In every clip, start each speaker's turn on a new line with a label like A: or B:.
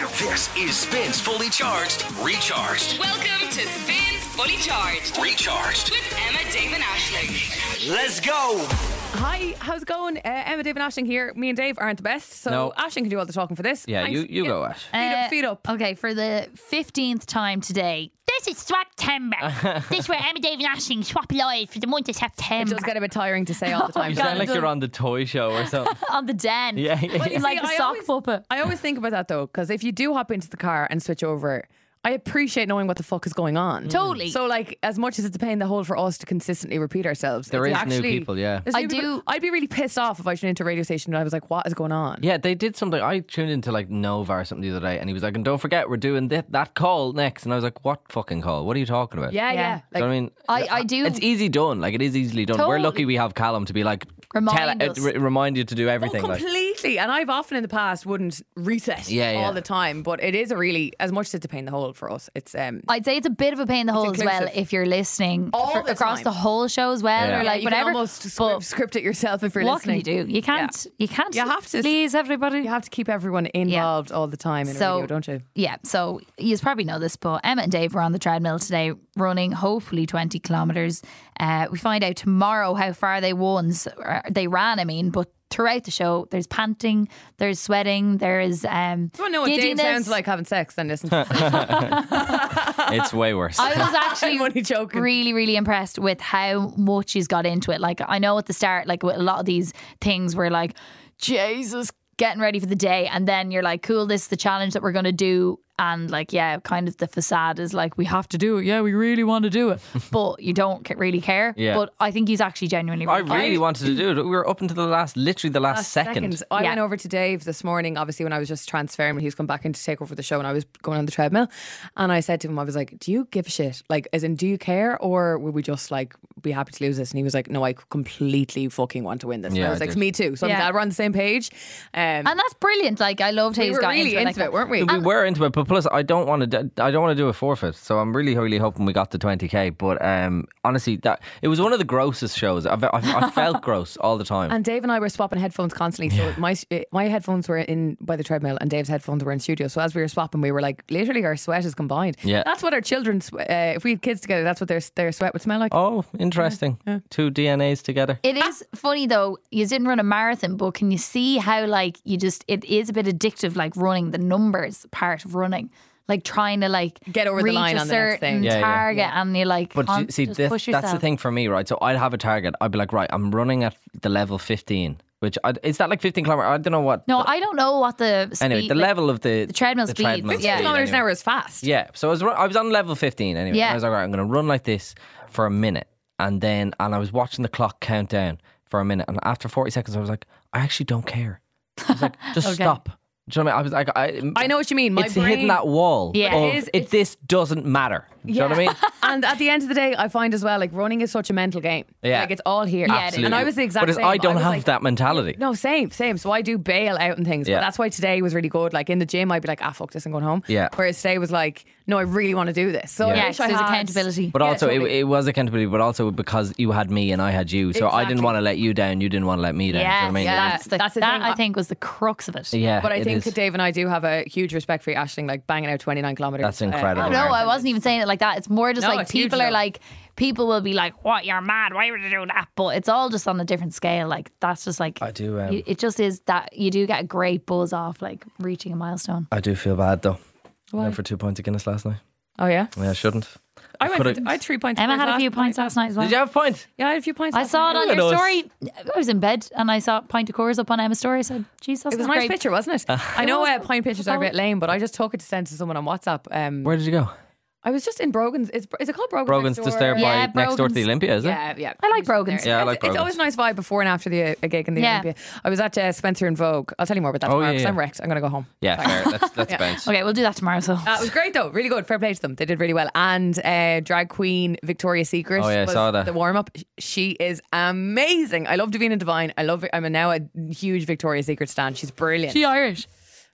A: This is Spins Fully Charged, Recharged,
B: Welcome to Spins Fully Charged
A: Recharged.
B: with Emma Damon Ashley.
A: Let's go!
C: Hi, how's it going? Uh, Emma, Dave, and Ashton here. Me and Dave aren't the best, so
D: No.
C: Ashton can do all the talking for this.
D: Yeah,
C: Thanks.
D: you, you go, Ash.
C: Feed
E: Uh,
C: up, feed up.
E: Okay, for the 15th time today, this is Swaptember. this is where Emma, Dave, and Ashling swap live for the month of
C: It
E: September
C: does get a bit tiring to say all the time.
D: You
C: doesn't
D: sound
C: it?
D: like you're on the toy show or something.
E: on the den.
D: yeah, yeah.
C: But you
E: Like a
C: I
E: sock
C: always-
E: puppet.
C: I always think about that though, because if you do hop into the car and switch over, I appreciate knowing what the fuck is going on.
E: Totally.
C: So, like, as much as it's a pain in the hole for us to consistently repeat ourselves,
D: There
C: it's
D: is new
C: actually-
D: people, yeah.
C: there's
E: I
C: new people.
E: do-
C: I'd be really pissed off if I tuned into a radio station and I was like, "What is going on?"
D: Yeah, they did something. I tuned into like Nova or something the other day, and he was like, "And don't forget, we're doing thi- that call next." And I was like, "What fucking call? What are you talking about?"
C: yeah,
E: Yeah.
C: yeah. e-
D: Do you know what I mean,
E: I- I do-
D: It's easy done. Like it is easily done. We're
E: Totally.
D: lucky we have Callum to be like
E: Remind
D: tell,
E: us.
D: uh, re- remind you to do everything.
C: Oh,
D: like
C: completely. And I've often in the past wouldn't reset
D: Yeah, yeah.
C: all the time, but it is a really as much as it's a pain in the hole for us. It's um
E: I'd say it's a bit of a pain in the hole as well
C: inclusive.
E: if you're listening
C: All the
E: across
C: time.
E: the whole show as well,
D: Yeah.
E: or
D: Yeah,
E: like
C: you
E: whatever.
C: Can almost
E: But
C: script, script it yourself if you're
E: what
C: listening.
E: can you do? You can't. You can't.
C: You have to-
E: Please, everybody.
C: You have to keep everyone involved all the time in a
E: So-
C: radio, don't you?
E: Yeah, so you probably know this, but Emma and Dave were on the treadmill today, running hopefully 20 kilometres. Uh, we find out tomorrow how far they won. s- or They ran, I mean, but throughout the show, there's panting, there's sweating, there is. Um,
C: You want to know what Dave
E: giddiness.
C: sounds like having sex? Then listen. to
D: it's way worse.
E: I was
C: I'm only
E: actually
C: joking.
E: really, really impressed with how much she's got into it. Like, I know at the start, like, with a lot of these things were like, Jesus, getting ready for the day. And then you're like, cool, this is the challenge that we're going to do. And, like, yeah, kind of the facade is like, we have to do it. Yeah, we really want to do it. but you don't ca- really care.
D: Yeah.
E: But I think he's actually genuinely
D: I
E: really
D: really wanted to do it. We were up until the last, literally the last, second.
C: seconds. I
E: Yeah.
C: went over to Dave this morning, obviously, when I was just transferring, when he was coming back in to take over the show, and I was going on the treadmill. And I said to him, I was like, Do you give a shit? Like, as in, do you care? Or would we just like be happy to lose this? And he was like, No, I completely fucking want to win this. and
D: Yeah,
C: I was
D: I
C: like,
D: did.
C: Me too. So I'm
E: Yeah.
C: glad we're on the same page. Um,
E: And that's brilliant. Like, I loved how
C: we
E: he's
C: were
E: got
C: really
E: into,
C: into,
E: it. Like,
C: it, weren't we?
D: we were into it, but plus I don't want to. I don't want to do a forfeit, so I'm really, really hoping we got the 20k. But um, honestly, that it was one of the grossest shows. I've, I've, I felt gross all the time.
C: And Dave and I were swapping headphones constantly. So my eh, my headphones were in by the treadmill, and Dave's headphones were in studio. So as we were swapping, we were like, literally, our sweat is combined.
D: Yeah.
C: that's what our children's. Uh, if we had kids together, that's what their their sweat would smell like.
D: oh, interesting. Two DNAs together.
E: It is funny though. You didn't run a marathon, but can you see how like you just it is a bit addictive, like running the numbers part of running, like trying to like
C: Get over the
E: reach
C: line
E: a
C: on the next
E: certain
C: thing.
D: Yeah, yeah.
E: target, and you're like,
D: But
E: on,
D: you, see,
E: just
D: this,
E: push
D: that's the
E: yourself.
D: thing for me, right? So I'd have a target. I'd be like, right, I'm running at the level 15, which I, is that like 15 kilometer? I don't know what.
E: No, I don't know what the speed,
D: anyway, the
E: like,
D: level of the,
E: the treadmill speeds, yeah.
D: speed
C: kilometers an
D: anyway.
C: hour is fast.
D: Yeah, so I was run, I was on level 15 anyway.
E: Yeah.
D: I was like, right, I'm going to run like this for a minute, and then and I was watching the clock count down for a minute, and after 40 seconds, I was like, I actually don't care. I was like, just stop. Do you know what I mean? I was like, I,
C: I know what you mean. My
D: it's
C: brain,
D: hitting that wall.
E: Yeah. It
D: of,
C: is,
D: it, this doesn't matter. Do you know what I mean?
C: and at the end of the day, I find as well, like running is such a mental game.
D: Yeah.
C: like it's all here.
E: Yeah, it is. Absolutely.
C: And I was the exact
D: Whereas
C: same.
D: I don't
C: was
D: have
C: like,
D: that mentality.
C: No, same, same. So I do bail out and things. But
D: Yeah.
C: that's why today was really good. Like in the gym, I'd be like, ah, fuck this, I'm going home.
D: Yeah.
C: Whereas today was like, no, I really want to do this. So I
E: yeah,
C: wish
E: 'cause
C: I
E: there's
C: had-
E: accountability.
D: But
C: Yeah,
D: also,
C: totally.
D: it, it was accountability, but also because you had me and I had you. So I didn't
C: Exactly.
D: want to let you down. You didn't want to let me down.
E: yeah,
D: Do you know what I mean?
E: that's the,
C: That's the
E: that
C: thing.
E: I think was the crux of it.
D: yeah
C: But I
D: it
C: think
D: is.
C: Dave and I do have a huge respect for you, Ashling, like banging out Uh, 29 kilometres.
D: That's incredible.
E: No, I wasn't even saying it like that. It's more just
C: No,
E: like
C: it's huge,
E: people are
C: though.
E: like, people will be like, "What? You're mad? Why would you do that?" But it's all just on a different scale. Like that's just like
D: I do, um,
E: you- it just is that you do get a great buzz off like reaching a milestone.
D: I do feel bad though. I went for two points of Guinness last night.
C: oh, yeah?
D: Yeah, I shouldn't.
C: I went
D: could've-
C: for, I had three pints. of
E: Emma
C: beers
E: had a
C: last
E: few
C: night.
E: pints last night as well.
D: Did you have a point?
C: Yeah, I had a few pints.
E: I
C: last
E: saw it
C: night.
E: on
D: Look at
E: your
D: us.
E: story. I was in bed and I saw a pint of Coors up on Emma's story. I said, "Jesus,
C: It was a nice picture, wasn't it? I know uh, pint pictures are a bit lame, but I just took it to send to someone on WhatsApp. Um,
D: Where did you go?
C: I was just in Brogan's. Is, is it called Brogan's?
D: Brogan's
C: next
D: just
C: door?
D: there by
E: Yeah,
D: next door to the
E: Brogan's.
D: Olympia, is it?
C: Yeah, yeah.
E: I like Brogan's.
D: Yeah, I
C: It's-
D: like
C: It's always a nice vibe before and after the a gig in the
E: Yeah.
C: Olympia. I was at uh, Spencer and Vogue. I'll tell you more about that
D: Oh,
C: tomorrow
D: yeah,
C: because I'm
D: yeah.
C: wrecked. I'm going to go home.
D: Yeah, fair. Let's, let's bounce.
E: Okay, we'll do that tomorrow. So
C: Uh, it was great though, really good. Fair play to them. They did really well. And uh, drag queen Victoria's Secret
D: Oh, yeah, I
C: was
D: saw that.
C: the warm up. She is amazing. I love Davina Divine. I love. I'm now a huge Victoria's Secret stan. She's brilliant.
E: she Irish.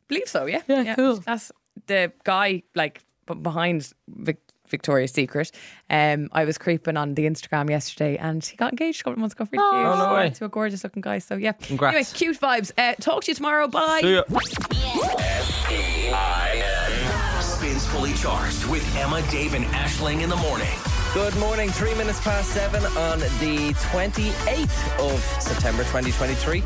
C: believe so. Yeah. yeah. Cool. That's the guy like b- behind Vic- Victoria's Secret. Um, I was creeping on the Instagram yesterday, and he got engaged a couple of months ago. Really cute.
E: Oh,
D: no way.
C: To a gorgeous looking guy. So yeah.
D: Congrats.
C: Anyway, cute vibes. Uh, talk to you tomorrow. Bye.
D: See ya.
A: I am Fully Charged with Emma, Dave, and Ashling in the morning.
D: Good morning. Three minutes past seven on the 28th of September 2023.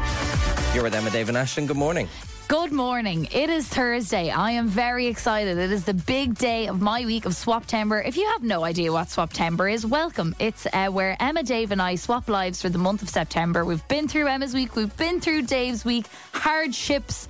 D: You're with Emma, Dave, and Ashton. Good morning.
E: Good morning. It is Thursday. I am very excited. It is the big day of my week of Swaptember. If you have no idea what Swaptember is, welcome. It's uh, where Emma, Dave, and I swap lives for the month of September. We've been through Emma's week, we've been through Dave's week, hardships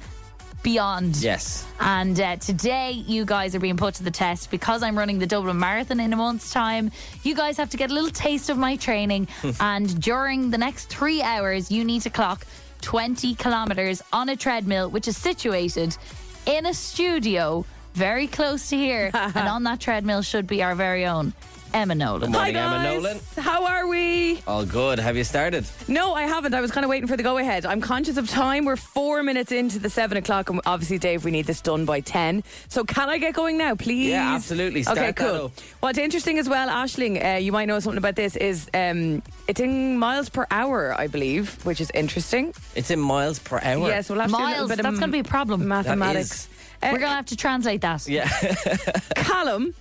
E: beyond.
D: Yes.
E: And uh, today, you guys are being put to the test because I'm running the Dublin Marathon in a month's time. You guys have to get a little taste of my training. and during the next three hours, you need to clock 20 kilometers on a treadmill, which is situated in a studio very close to here. and on that treadmill should be our very own Emma Nolan.
D: Morning, Emma Nolan.
C: How are we?
D: All good. Have you started?
C: No, I haven't. I was kind of waiting for the go ahead. I'm conscious of time. We're four minutes into the seven o'clock. And obviously, Dave, we need this done by 10. So, can I get going now, please?
D: Yeah, absolutely. Start
C: okay,
D: that
C: cool.
D: up.
C: What's interesting as well, Ashling, uh, you might know something about this, is um, it's in miles per hour, I believe, which is interesting.
D: It's in miles per hour.
C: Yes, we'll have to do a little
E: Miles,
C: bit of
E: that's gonna be a problem.
C: Mathematics. Uh,
E: We're going to have to translate that.
D: Yeah.
C: Callum,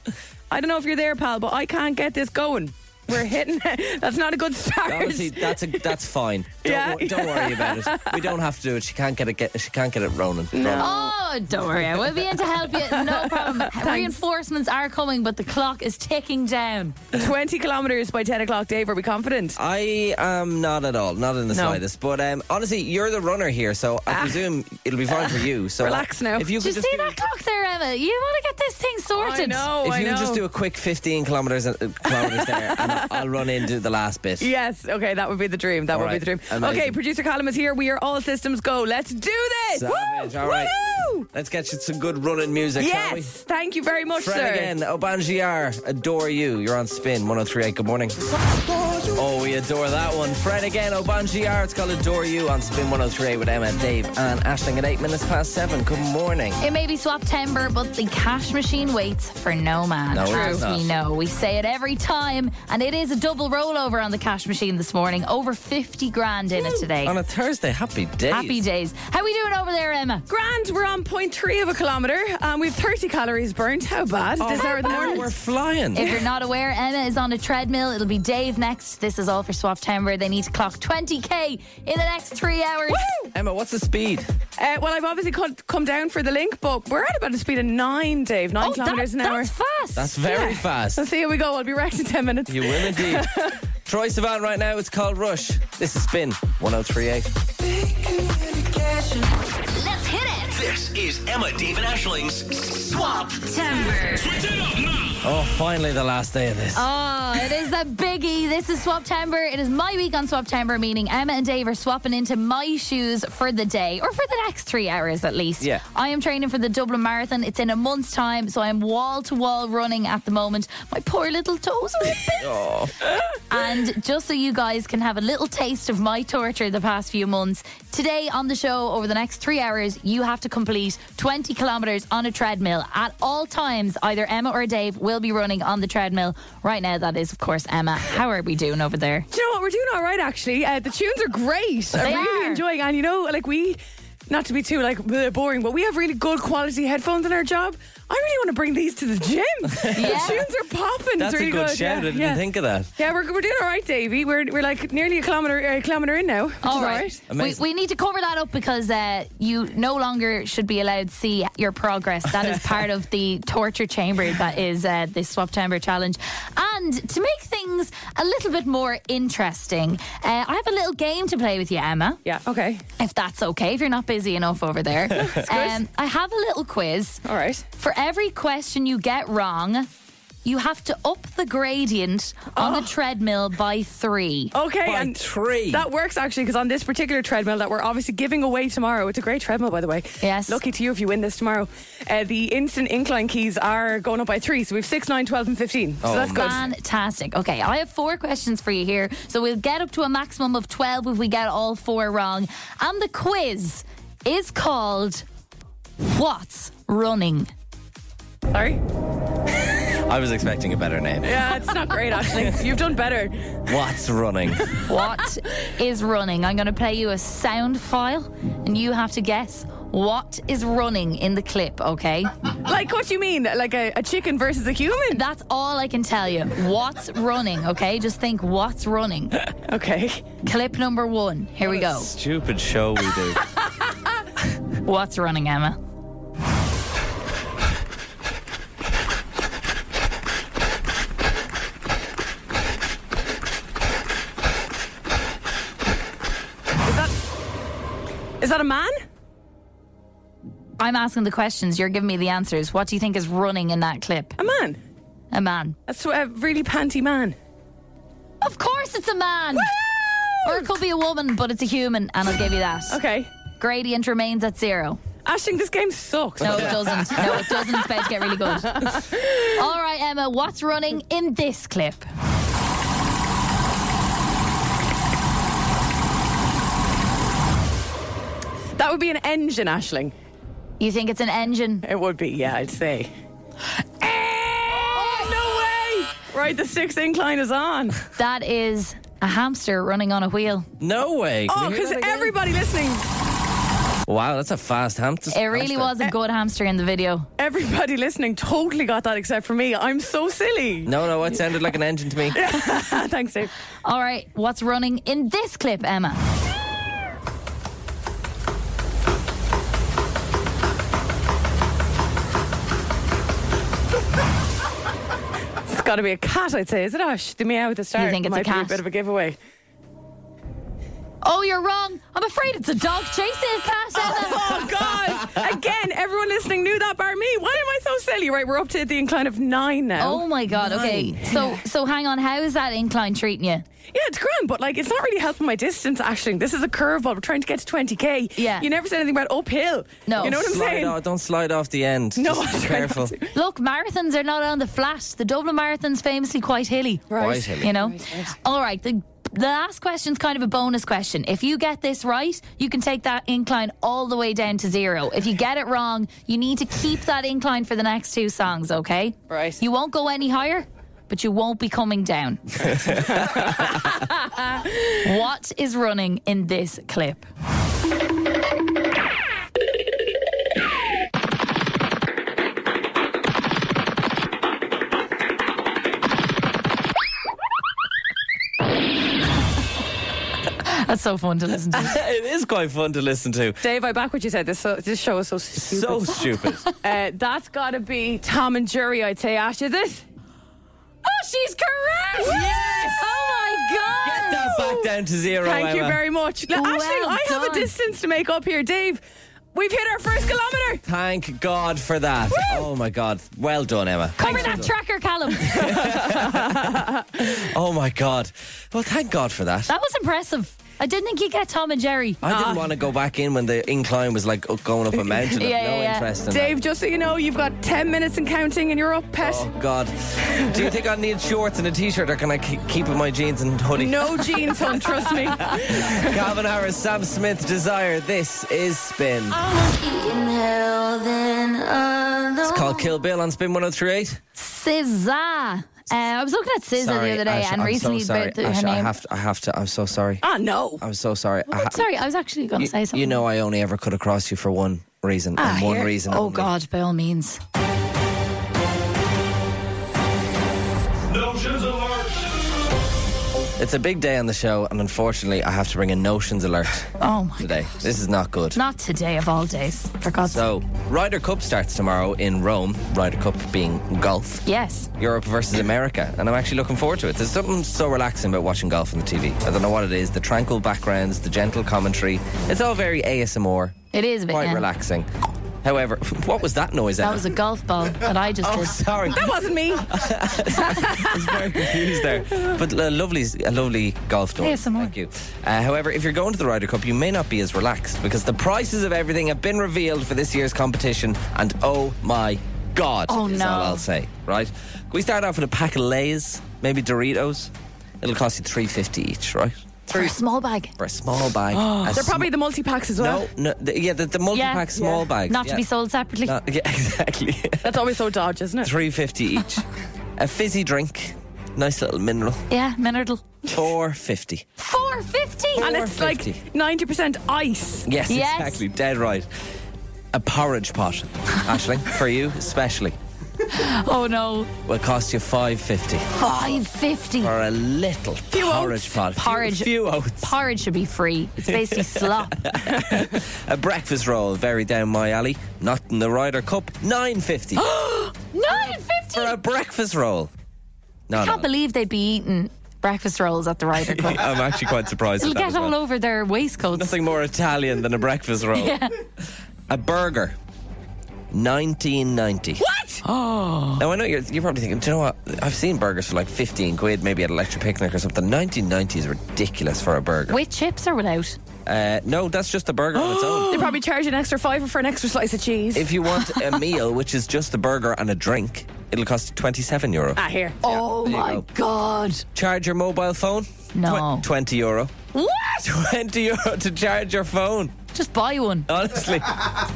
C: I don't know if you're there, pal, but I can't get this going. We're hitting. that's not a good start.
D: Honestly, that's a, that's fine. Don't,
C: Yeah.
D: wor- don't worry about it. We don't have to do it. She can't get it. Get, she can't get it rolling. No.
E: Oh, don't worry. I will be in to help you. No problem. Reinforcements are coming, but the clock is ticking down.
C: 20 kilometres by 10 o'clock, Dave. Are we confident?
D: I am not at all, not in the
C: No. Ah.
D: slightest. But um, honestly, you're the runner here, so I presume it'll be fine for you. So uh,
C: Relax now.
D: If you
E: Do
D: could
E: you
D: just
E: see
D: do-
E: that clock there, Emma? You want to get this thing sorted.
C: I know.
D: if
C: Oh, I
D: you
C: know.
D: just do a quick 15 kilometers uh, kilometers there, and I- I'll run into the last bit.
C: Yes, okay, that would be the dream. That
D: All
C: would be
D: right,
C: the dream.
D: amazing.
C: Okay, producer Colin is here. We are all systems go. Let's do this.
D: Savage.
C: Woo!
D: All right.
C: Woo!
D: Let's get you some good running music, shall we?
C: Yes, thank you very much,
D: Fred
C: sir.
D: again, Obangiar, adore you. You're on spin 1038. Good morning. Oh, we adore that one. Fred again, Obangiar. It's called Adore You on spin 1038 with Emma, Dave, and Ashling at eight minutes past seven. Good morning.
E: It may be Swaptember, but the cash machine waits for no man.
D: No, it
E: as
D: does not.
E: we know, we say it every time, and it is a double rollover on the cash machine this morning. Over fifty grand in it today.
D: On a Thursday, happy days.
E: Happy days. How we doing over there, Emma?
C: Grand, we're on point three of a kilometre and we've 30 calories burnt. How bad?
D: Oh,
C: this hour of the morning.
D: We're flying.
E: If you're not aware, Emma is on a treadmill. It'll be Dave next. This is all for Swaptember. They need to clock 20k in the next three hours.
D: Emma, what's the speed?
C: Uh, well, I've obviously come, come down for the link, but we're at about a speed of nine, Dave. Nine
E: Oh, that-
C: kilometres an hour.
E: That's fast.
D: That's very
C: Yeah.
D: fast.
C: Let's see how we go. I'll be wrecked in 10 minutes.
D: You will indeed. Troy Sivan right now, it's called Rush. This is Spin 1038.
E: Let's hit it.
A: This is Emma, Dave, and Ashling's Swap.
D: Oh, finally the last day of this.
E: Oh, it is a biggie. This is Swaptember. It is my week on Swaptember, meaning Emma and Dave are swapping into my shoes for the day or for the next three hours at least.
D: Yeah.
E: I am training for the Dublin Marathon. It's in a month's time, so I'm wall to wall running at the moment. My poor little toes are in bits. And just so you guys can have a little taste of my torture the past few months, today on the show, over the next three hours, you have to complete 20 kilometers on a treadmill. At all times, either Emma or Dave will be running on the treadmill. Right now, that is, of course, Emma. How are we doing over there?
C: Do you know what? We're doing all right, actually. Uh, the tunes are great.
E: They
C: I'm really
E: are.
C: enjoying And you know, like we, not to be too like bleh, boring, but we have really good quality headphones in our job. I really want to bring these to the gym.
E: Yeah.
C: The tunes are popping.
D: That's
C: it's really
D: a good, shout. I
C: Yeah,
D: didn't
C: yeah.
D: think of that.
C: Yeah, we're, we're doing all right, Davey. We're, we're like nearly a kilometer a kilometer in now. Which is all right.
E: We,
D: Amazing.
E: we need to cover that up because uh, you no longer should be allowed to see your progress. That is part of the torture chamber that is uh, the Swaptember challenge. And to make things a little bit more interesting, uh, I have a little game to play with you, Emma,
C: Yeah. Okay.
E: if that's okay, if you're not busy enough over there. um, I have a little quiz.
C: All right.
E: For every question you get wrong, you have to up the gradient on
C: Oh.
E: the treadmill by three.
C: Okay.
D: By
C: and
D: three.
C: That works actually because on this particular treadmill that we're obviously giving away tomorrow, it's a great treadmill by the way.
E: Yes.
C: Lucky to you if you win this tomorrow. Uh, the instant incline keys are going up by three, so we've six, nine, twelve, and fifteen. So that's good.
E: Fantastic. Okay, I have four questions for you here. So we'll get up to a maximum of 12 if we get all four wrong. And the quiz is called What's Running?
C: Sorry.
D: I was expecting a better name.
C: Yeah, it's not great actually. You've done better.
D: What's running?
E: What is running? I'm going to play you a sound file and you have to guess What is running in the clip, okay?
C: Like what you mean? Like a, a chicken versus a human?
E: That's all I can tell you. What's running, okay? Just think what's running.
C: Okay.
E: Clip number one. Here we go.
D: Stupid show we do.
E: What's running, Emma?
C: Is that a man?
E: I'm asking the questions. You're giving me the answers. What do you think is running in that clip?
C: A man.
E: A man.
C: A, sw- a really panty man.
E: Of course, it's a man. Or it could be a woman, but it's a human, and I'll give you that.
C: Okay.
E: Gradient remains at zero.
C: Ashing, this game sucks.
E: No, it doesn't. No, it doesn't. It's about to get really good. All right, Emma, what's running in this clip?
C: That would be an engine, Ashling.
E: You think it's an engine?
C: It would be, yeah, I'd say. Oh, no way! Right, the sixth incline is on.
E: That is a hamster running on a wheel.
D: No way. Can
C: Oh,
D: we hear
C: because
D: that again?
C: everybody listening,
D: Wow, that's a fast hamster.
E: It really was a good hamster in the video.
C: everybody listening totally got that except for me. I'm so silly.
D: No, no, it sounded like an engine to me.
C: Ah, Thanks, Dave.
E: All right, what's running in this clip, Emma?
C: It's got to be a cat, I'd say. Is it Ash? The meow at the start.
E: think it's a
C: Might
E: cat?
C: Be a bit of a giveaway.
E: Oh, you're wrong. I'm afraid it's a dog chasing a cat, Emma.
C: Oh God! Again, everyone listening knew that, bar me. Why am I so silly? Right, we're up to the incline of nine now.
E: Oh my god. Okay. So so hang on. How is that incline treating you?
C: Yeah, it's grand, but like it's not really helping my distance. Actually, this is a curveball. We're trying to get to twenty k.
E: Yeah.
C: You never said anything about uphill.
E: No.
C: You know what I'm
D: Slide
C: saying?
D: off, don't slide off the end.
C: No,
D: Just
C: I'll
D: be
C: try not
D: careful.
C: to.
E: Look, marathons are not on the flat. The Dublin Marathon's famously quite hilly.
D: Right, Hilly.
E: You know. All right. The the last question's kind of a bonus question. If you get this right, you can take that incline all the way down to zero. If you get it wrong, you need to keep that incline for the next two songs. Okay.
C: Right.
E: You won't go any higher. But you won't be coming down. what is running in this clip? That's so fun to listen to.
D: it is quite fun to listen to.
C: Dave, I back what you said. This so, this show is so stupid.
D: So stupid.
C: uh, that's got to be Tom and Jerry. I'd say Ash. Is it?
E: Oh, she's correct!
D: Yes!
E: Oh my
D: Get
E: god!
D: that back down to zero.
C: Thank you
D: Emma.
C: very much. Now,
E: Well
C: Ashling, I have
E: done.
C: a distance to make up here, Dave. We've hit our first kilometre.
D: Thank God for that. Oh my God. Well done, Emma.
E: Cover that tracker, Callum. That
D: Oh my God. Well, thank God for that.
E: was impressive. I didn't think you'd get Tom and Jerry.
D: I didn't want to go back in when the incline was like up- going up a mountain.
E: Ah. Yeah,
D: I've no
E: yeah, yeah.
D: interest in
C: Dave, just so you know, you've got ten minutes and counting, and you're up, pet.
D: that. Oh God. Do you think I need shorts and a t-shirt, or can I ke- keep in my jeans and hoodie?
C: No jeans, hon. Trust me. Ah,
D: Calvin Harris, Sam Smith, Desire. This is Spin. It's called
E: Ah.
D: Kill Bill on Spin 1038.
E: SZA. Uh, I was looking at SZA the other day,
D: Ash,
E: and
D: I'm
E: recently
D: so sorry.
E: about the-
D: Ash,
E: her
D: I
E: name.
D: have to, I have to. I'm so sorry.
C: Ah, no.
D: I'm so sorry. I ha-
E: Sorry, I was actually going to say something.
D: you know, I only ever cut across you for one reason and one reason.
E: Oh
D: only.
E: God, by all means.
F: Notions alert.
D: It's a big day on the show, and unfortunately, I have to bring a notions alert
E: Oh my.
D: today. This is not good.
E: Not today of all days, for God's sake.
D: So, Ryder Cup starts tomorrow in Rome. Ryder Cup being golf.
E: Yes.
D: Europe versus America, and I'm actually looking forward to it. There's something so relaxing about watching golf on the TV. I don't know what it is the tranquil backgrounds, the gentle commentary. It's all very ASMR,
E: It is a bit.
D: quite
E: yeah.
D: relaxing. However, what was that noise?
E: That
D: Emma?
E: was a golf ball that I just
D: Oh,
E: did.
D: sorry.
C: That wasn't me.
D: very confused there. But a lovely, a lovely golf tour.
E: Yes, some more.
D: Thank you. Uh, however, if you're going to the Ryder Cup, you may not be as relaxed because the prices of everything have been revealed for this year's competition, and oh my god,
E: Oh,
D: is
E: no.
D: all I'll say. Right? We start off with a pack of Lay's, maybe Doritos. It'll cost you three fifty each, right?
E: For a small bag.
D: For a small bag. a
C: They're
D: sm-
C: probably the multi packs as well.
D: no, no, the, yeah, the, the multi-pack
E: Yeah.
D: small bags.
E: Not
D: yeah.
E: to be sold separately.
D: No, yeah, exactly.
C: That's always so dodge, isn't it?
D: three fifty each. a fizzy drink, nice little mineral.
E: Yeah, mineral.
D: Four fifty.
E: Four fifty.
C: And it's like
D: 450.
C: 90% ice.
D: Yes,
E: Yes.
D: exactly. Dead right. a porridge pot, Ashley, for you especially,
E: Oh no,
D: will cost you five fifty
E: five fifty.
D: for a little porridge pot. Few-
E: Porridge.
D: few oats.
E: Porridge should be free. It's basically slop.
D: A breakfast roll, very down my alley. Not in the Ryder Cup. Nine fifty
E: Nine fifty.
D: for a
E: I
D: breakfast roll. No,
E: can't
D: no.
E: believe they'd be eating breakfast rolls at the Ryder Cup.
D: I'm actually quite surprised.
E: It'll
D: at that
E: get
D: as
E: all
D: well.
E: over their waistcoats.
D: Nothing more Italian than a breakfast roll. A burger. 1990. What? Oh. Now I know you're, you're probably thinking, do you know what? I've seen burgers for like 15 quid, maybe at Electric Picnic or something. 1990 is ridiculous for a burger.
E: With chips or without?
D: Uh, no, that's just a burger on its own.
C: They probably charge you an extra fiver for an extra slice of cheese.
D: If you want a meal, which is just a burger and a drink, it'll cost you 27 euro.
C: ah, here.
E: oh
D: there you
E: my
D: go.
E: god.
D: Charge your mobile phone?
E: No.
D: Tw- 20 euro.
E: What?
D: 20 euro to charge your phone,
E: Just buy one.
D: honestly.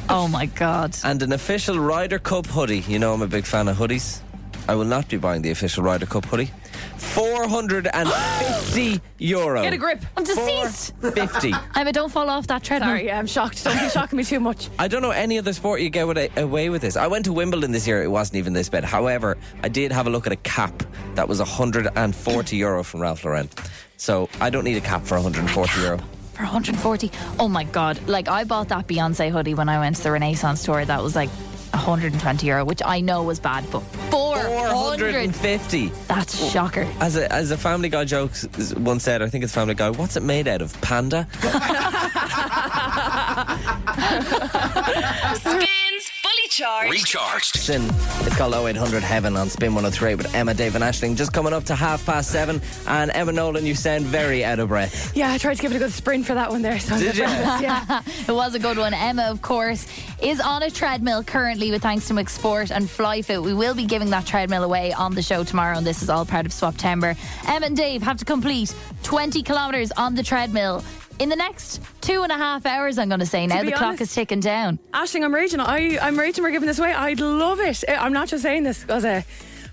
E: Oh my god.
D: and an official Ryder Cup hoodie. You know I'm a big fan of hoodies. I will not be buying the official Ryder Cup hoodie. 450 euro.
C: Get a grip.
E: I'm deceased.
D: 50.
E: Emma, don't fall off that treadmill.
C: Sorry, yeah, I'm shocked. Don't be shocking me too much.
D: I don't know any other sport you get with- away with this. I went to Wimbledon this year. It wasn't even this bad. However, I did have a look at a cap that was 140 euro from Ralph Lauren. So I don't need a cap for 140 euro.
E: For 140. Oh my god. Like I bought that Beyonce hoodie when I went to the Renaissance tour. That was like 120 euro, which I know was bad, but 400.
D: 450.
E: That's a shocker.
D: As a, as a Family Guy joke s- once said, I think it's Family Guy, what's it made out of? Panda?
B: Spins Fully Charged.
A: Recharged.
D: Sin. It's called 0800 Heaven on Spin 103 with Emma, Dave, and Ashling. Just coming up to half past seven. And Emma Nolan, you sound very out of breath.
C: Yeah, I tried to give it a good sprint for that one there. So I'm
D: Did
C: good.
D: you?
C: Yeah.
E: It was a good one. Emma, of course, is on a treadmill currently with thanks to McSport and FlyFit. We will be giving that treadmill away on the show tomorrow, and this is all part of Swaptember. Emma and Dave have to complete 20 kilometres on the treadmill in the next two and a half hours, I'm going to say now.
C: be
E: The clock
C: honest-
E: is ticking down.
C: Ashling, I'm raging. I, I'm raging we're giving this away. I'd love it. I- I'm not just saying this because uh,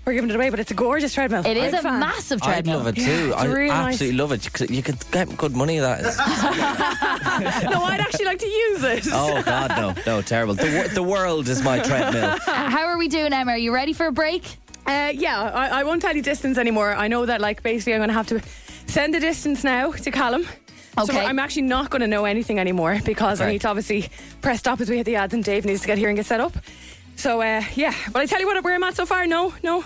C: we're giving it away, but it's a gorgeous treadmill.
E: It is
C: Big
E: a
C: fan.
E: massive
D: I
E: treadmill.
D: love it too. I
C: really nice.
D: absolutely love it. You could- You could get good money that is.
C: No, I'd actually like to use it.
D: Oh, God, no. No, terrible. The, wor- the world is my treadmill.
E: Uh, How are we doing, Emma? Are you ready for a break?
C: Uh, yeah, I, I won't tell you distance anymore. I know that, like, basically, I'm going to have to send the distance now to Callum. So
E: Okay.
C: I'm actually not going to know anything anymore because I
D: Okay.
C: need to obviously press stop as we hit the ads, and Dave needs to get here and get set up. So uh, yeah, but I tell you what, where I'm at so far. No, no.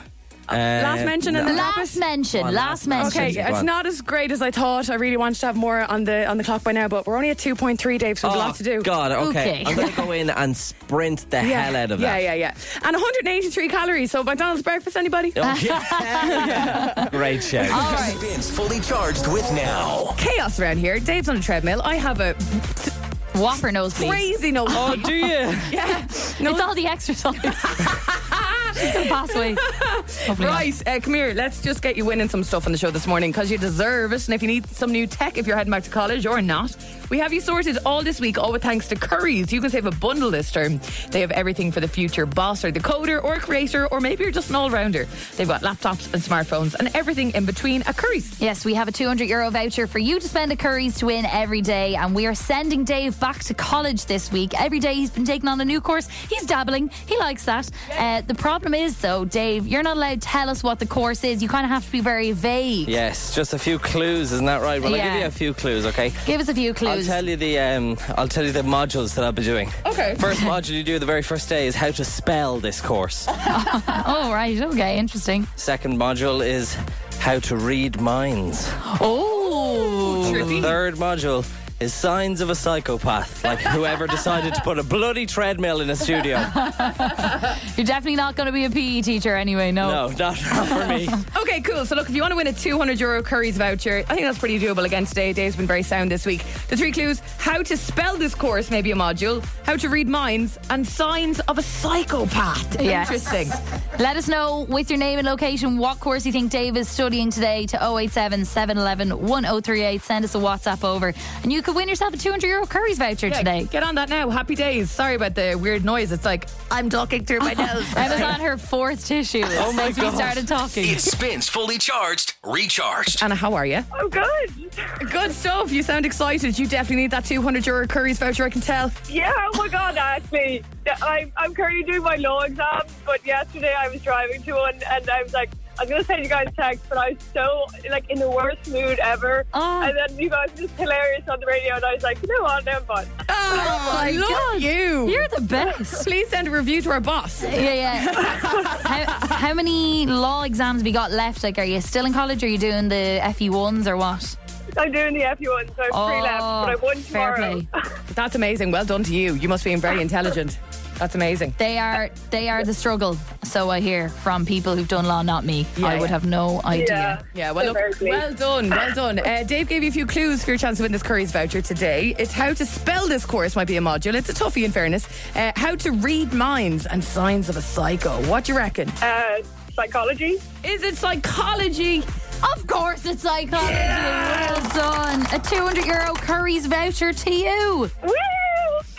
C: last
D: Uh,
C: mention and then
E: Last
C: Lapis.
E: mention.
D: Come on,
E: last
D: last
E: mention.
C: Okay,
D: mention. Go
C: it's
D: on.
C: not as great as I thought. I really wanted to have more on the on the clock by now, but we're only at 2.3, Dave. So
D: Oh,
C: there's lots to do.
D: God, okay.
E: Okay.
D: I'm going to go in and sprint the
C: Yeah.
D: hell out of
C: yeah,
D: that.
C: yeah, yeah. And 183 calories. So McDonald's breakfast, anybody?
D: Great show.
E: All right.
A: Spins fully charged with now.
C: Chaos around here. Dave's on a treadmill. I have a
E: Whopper nosebleed.
C: crazy nose.
D: Oh, do you?
C: Yeah. No,
E: It's all the exercise. She's gonna pass away. Hopefully not.
C: right. Uh, come here. Let's just get you winning some stuff on the show this morning because you deserve it. And if you need some new tech, if you're heading back to college or not, we have you sorted all this week, all with thanks to Curry's. You can save a bundle this term. They have everything for the future boss or the coder or creator, or maybe you're just an all rounder. They've got laptops and smartphones and everything in between at Curry's.
E: Yes, we have a 200 euro voucher for you to spend at Curry's to win every day. And we are sending Dave back to college this week. Every day he's been taking on a new course. He's dabbling. He likes that. Uh, the problem is, though, Dave, you're not allowed to tell us what the course is. You kind of have to be very vague.
D: Yes, just a few clues, isn't that right? Well, I'll
E: Yeah.
D: give you a few clues, okay?
E: Give us a few
D: I'll
E: clues.
D: tell you the um, I'll tell you the modules that I'll be doing.
C: Okay.
D: First module you do the very first day is how to spell this course.
E: oh, right. Okay, interesting.
D: Second module is how to read minds.
E: Oh.
D: The third module is signs of a psychopath, like whoever decided to put a bloody treadmill in a studio.
E: You're definitely not going to be a PE teacher anyway, no.
D: No, not, not for me.
C: Okay, cool. So look, if you want to win a 200 euro Curry's voucher, I think that's pretty doable again today. Dave's been very sound this week. The three clues: how to spell this course, maybe a module; how to read minds, and signs of a psychopath.
E: Yes.
C: Interesting.
E: Let us know with your name and location what course you think Dave is studying today to 087 711 1038. Send us a WhatsApp over and you could win yourself a 200 euro Curry's voucher today.
C: Get on that now. Happy days. Sorry about the weird noise. It's like I'm talking through my nose.
E: Emma's on her fourth tissue oh
G: my
E: since
G: God.
E: we started talking.
A: It spins fully charged, recharged.
C: Anna, how are you?
H: I'm good.
C: Good stuff. You sound excited. You definitely need that 200 euro Curry's voucher. I can tell.
H: Yeah, oh my god, actually. Yeah, I'm, I'm currently doing my law exam, but yesterday I was driving to one and I was like, I was going to send you guys a text, but I was so, like, in the worst mood ever.
E: Oh.
H: And then you guys were just hilarious on the radio, and I was like, you know what, never mind.
C: Oh, I
E: my
C: love
E: God.
C: you.
E: You're the best.
C: Please send a review to our boss.
E: Yeah, yeah. How, how many law exams have you got left? Like, are you still in college? Or are you doing the FE1s or what?
H: I'm doing the FU1, so I'm free left, but I won
E: Oh, fair
H: tomorrow.
E: play.
C: That's amazing. Well done to you. You must be very intelligent. That's amazing.
E: They are they are the struggle. So I hear from people who've done law, not me. I would
C: yeah.
E: have no idea.
H: Yeah.
C: Yeah, well,
H: Very
C: look,
H: pleased.
C: well done, well done. Uh, Dave gave you a few clues for your chance to win this Curry's voucher today. It's how to spell this course might be a module. It's a toughie, in fairness. Uh, how to read minds and signs of a psycho. What do you reckon?
H: Uh, psychology.
C: Is it psychology?
E: Of course, it's psychology. Well done. A 200 euro Curry's voucher to you.
H: Woo!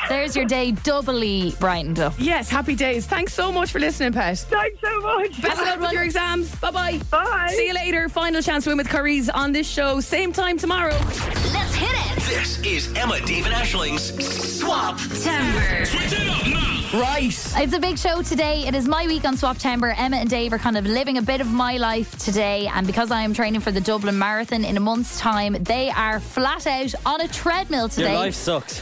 E: There's your day doubly brightened up.
C: Yes, happy days. Thanks so much for listening, Pet.
H: Thanks so much.
C: Best of luck with your exams. Bye bye.
H: Bye.
C: See you later. Final chance to win with Curry's on this show. Same time tomorrow.
B: Let's hit it.
A: This is Emma, Dave, and Ashling's Swap.
C: Right.
E: It's a big show today. It is my week on Swap Timber. Emma and Dave are kind of living a bit of my life today. And because I am training for the Dublin Marathon in a month's time, they are flat out on a treadmill today.
D: Your life sucks.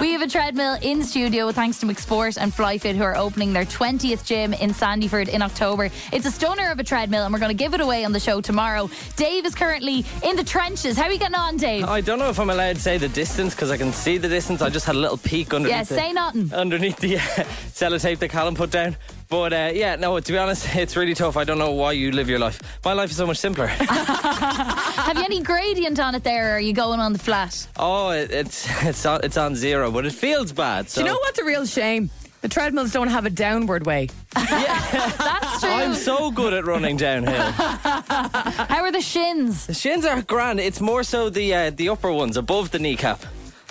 E: We have a treadmill in studio thanks to McSport and FlyFit who are opening their 20th gym in Sandyford in October. It's a stunner of a treadmill and we're going to give it away on the show tomorrow. Dave is currently in the trenches. How are you getting on, Dave?
D: I don't know if I'm allowed to say the distance because I can see the distance. I just had a little peek underneath.
E: Yeah,
D: the-
E: say nothing.
D: Underneath the uh, sellotape that Callum put down. But uh, yeah, no. To be honest, it's really tough. I don't know why you live your life. My life is so much simpler.
E: Have you any gradient on it there or are you going on the flat?
D: oh, it, it's it's on, it's on zero, but it feels bad. So
C: Do you know what's a real shame? The treadmills don't have a downward way.
E: That's true.
D: I'm so good at running downhill.
E: How are the shins?
D: The shins are grand. It's more so the uh, the upper ones above the kneecap.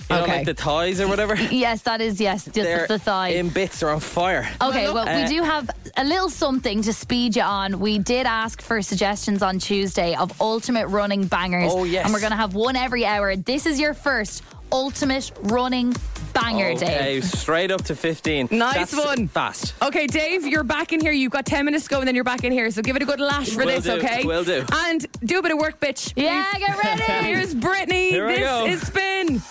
D: You know,
C: Okay.
D: like the thighs or whatever.
E: Yes, that is, yes, the,
D: They're
E: the thigh.
D: in bits. They're on fire.
C: Oh,
E: Okay, well,
D: Uh,
E: we do have a little something to speed you on. We did ask for suggestions on Tuesday of ultimate running bangers.
D: Oh, yes.
E: And we're going to have one every hour. This is your first ultimate running banger,
D: Okay,
E: Dave.
D: straight up to 15.
C: Nice
D: That's
C: one.
D: Fast.
C: Okay, Dave, you're back in here. You've got 10 minutes to go and then you're back in here. So give it a good lash for
D: Will
C: this,
D: do,
C: okay?
D: will do.
C: And do a bit of work, bitch.
E: Yeah,
C: please.
E: get ready.
C: Here's Brittany.
D: Here I
C: this
D: go.
C: is Spin.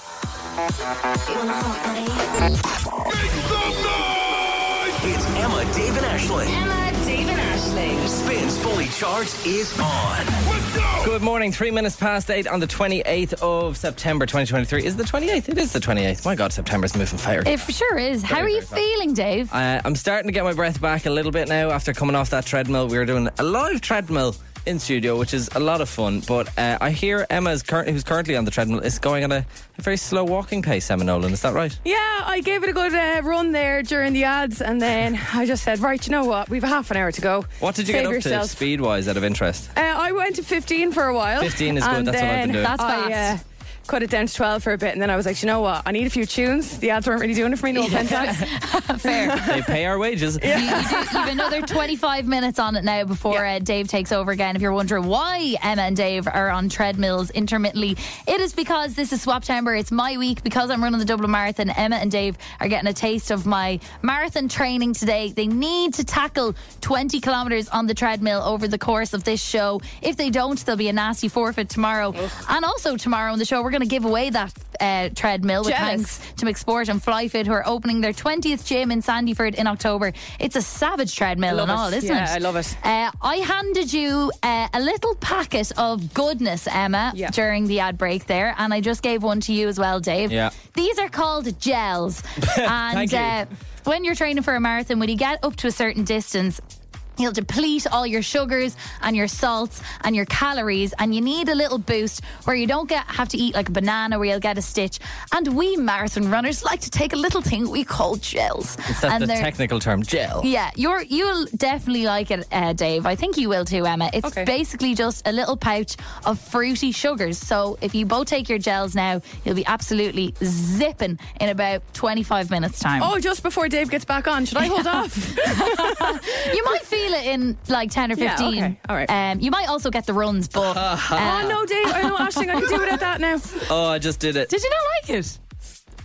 A: It's Emma, Dave, and Ashling.
B: Emma, Dave, and Ashling.
A: Spins fully charged is on.
D: Good morning. Three minutes past eight on the 28th of September 2023. Is it the 28th? It is the 28th. My God, September's moving fire.
E: It sure is. How are you feeling, Dave?
D: Uh, I'm starting to get my breath back a little bit now after coming off that treadmill. We were doing a live treadmill in studio, which is a lot of fun. But uh, I hear Emma, is currently, who's currently on the treadmill, is going at a, a very slow walking pace, Emma Nolan. Is that right?
C: Yeah, I gave it a good uh, run there during the ads. And then I just said, right, you know what? We've half an hour to go.
D: What did you
C: Save
D: get up
C: yourself.
D: to speed wise out of interest?
C: Uh, I went to 15 for a while.
D: 15 is good,
C: And
D: that's what I've been
C: then
D: doing.
E: That's
C: I,
E: fast.
C: uh, cut it down to 12 for a bit. And then I was like, you know what? I need a few tunes. The ads weren't really doing it for me. No offense, ads.
E: Fair.
D: They pay our wages.
E: You, you do, you've another 25 minutes on it now before uh, Dave takes over again. If you're wondering why Emma and Dave are on treadmills intermittently, it is because this is Swap Timber. It's my week because I'm running the Dublin Marathon. Emma and Dave are getting a taste of my marathon training today. They need to tackle 20 kilometres on the treadmill over the course of this show. If they don't, there'll be a nasty forfeit tomorrow. And also tomorrow on the show, we're going to give away that uh, treadmill with
C: Jealous.
E: thanks to McSport and FlyFit, who are opening their 20th gym in Sandyford in October. It's a savage treadmill
C: Love
E: and all,
C: it.
E: isn't
C: Yeah,
E: it?
C: I love it.
E: Uh, I handed you uh, a little packet of goodness, Emma,
C: Yeah.
E: during the ad break there, and I just gave one to you as well, Dave.
D: Yeah.
E: These are called gels. and
D: Thank you.
E: Uh, when you're training for a marathon, when you get up to a certain distance, You'll deplete all your sugars and your salts and your calories, and you need a little boost where you don't get have to eat like a banana where you'll get a stitch. And we marathon runners like to take a little thing we call gels.
D: That's
E: and
D: the
E: they're-
D: technical term, gel.
E: yeah, you're you'll definitely like it, uh, Dave. I think you will too, Emma. It's
C: Okay.
E: basically just a little pouch of fruity sugars. So if you both take your gels now, you'll be absolutely zipping in about 25 minutes time.
C: Oh, just before Dave gets back on, should I hold off?
E: You might feel it in like 10 or
C: Yeah,
E: 15.
C: okay. All right.
E: Um, you might also get the runs, but uh,
C: oh no, Dave! I know Ashling. I can do without that now.
D: Oh, I just did it.
E: did you not like it?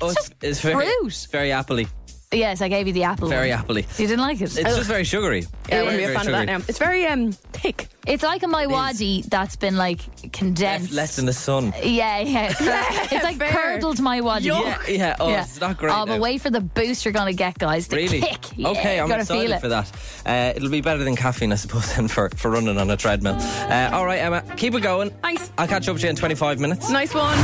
D: oh,
E: just
D: very,
E: fruit. Mm.
D: it's very appley.
E: Yes, I gave you the apple.
D: Very
E: one.
D: appley.
E: You didn't like it. Oh,
D: It's just very sugary.
C: Yeah, I
D: Very,
C: wouldn't be a fan
D: very
C: of
D: sugary.
C: that now. It's very um thick.
E: It's like a maiwadi that's been like condensed.
D: Left, left in the sun.
E: Yeah, yeah. it's like
C: fair.
E: curdled my wadi.
D: Yeah, yeah. Oh, it's not great
E: Oh, but
D: now.
E: wait for the boost you're going to get, guys. The
D: Really?
E: kick. Yeah,
D: okay, I'm
E: gonna
D: excited
E: feel it.
D: for that. Uh, it'll be better than caffeine, I suppose, then for, for running on a treadmill. Uh, all right, Emma, keep it going.
C: Thanks.
D: I'll catch up to you in 25 minutes.
C: Nice one.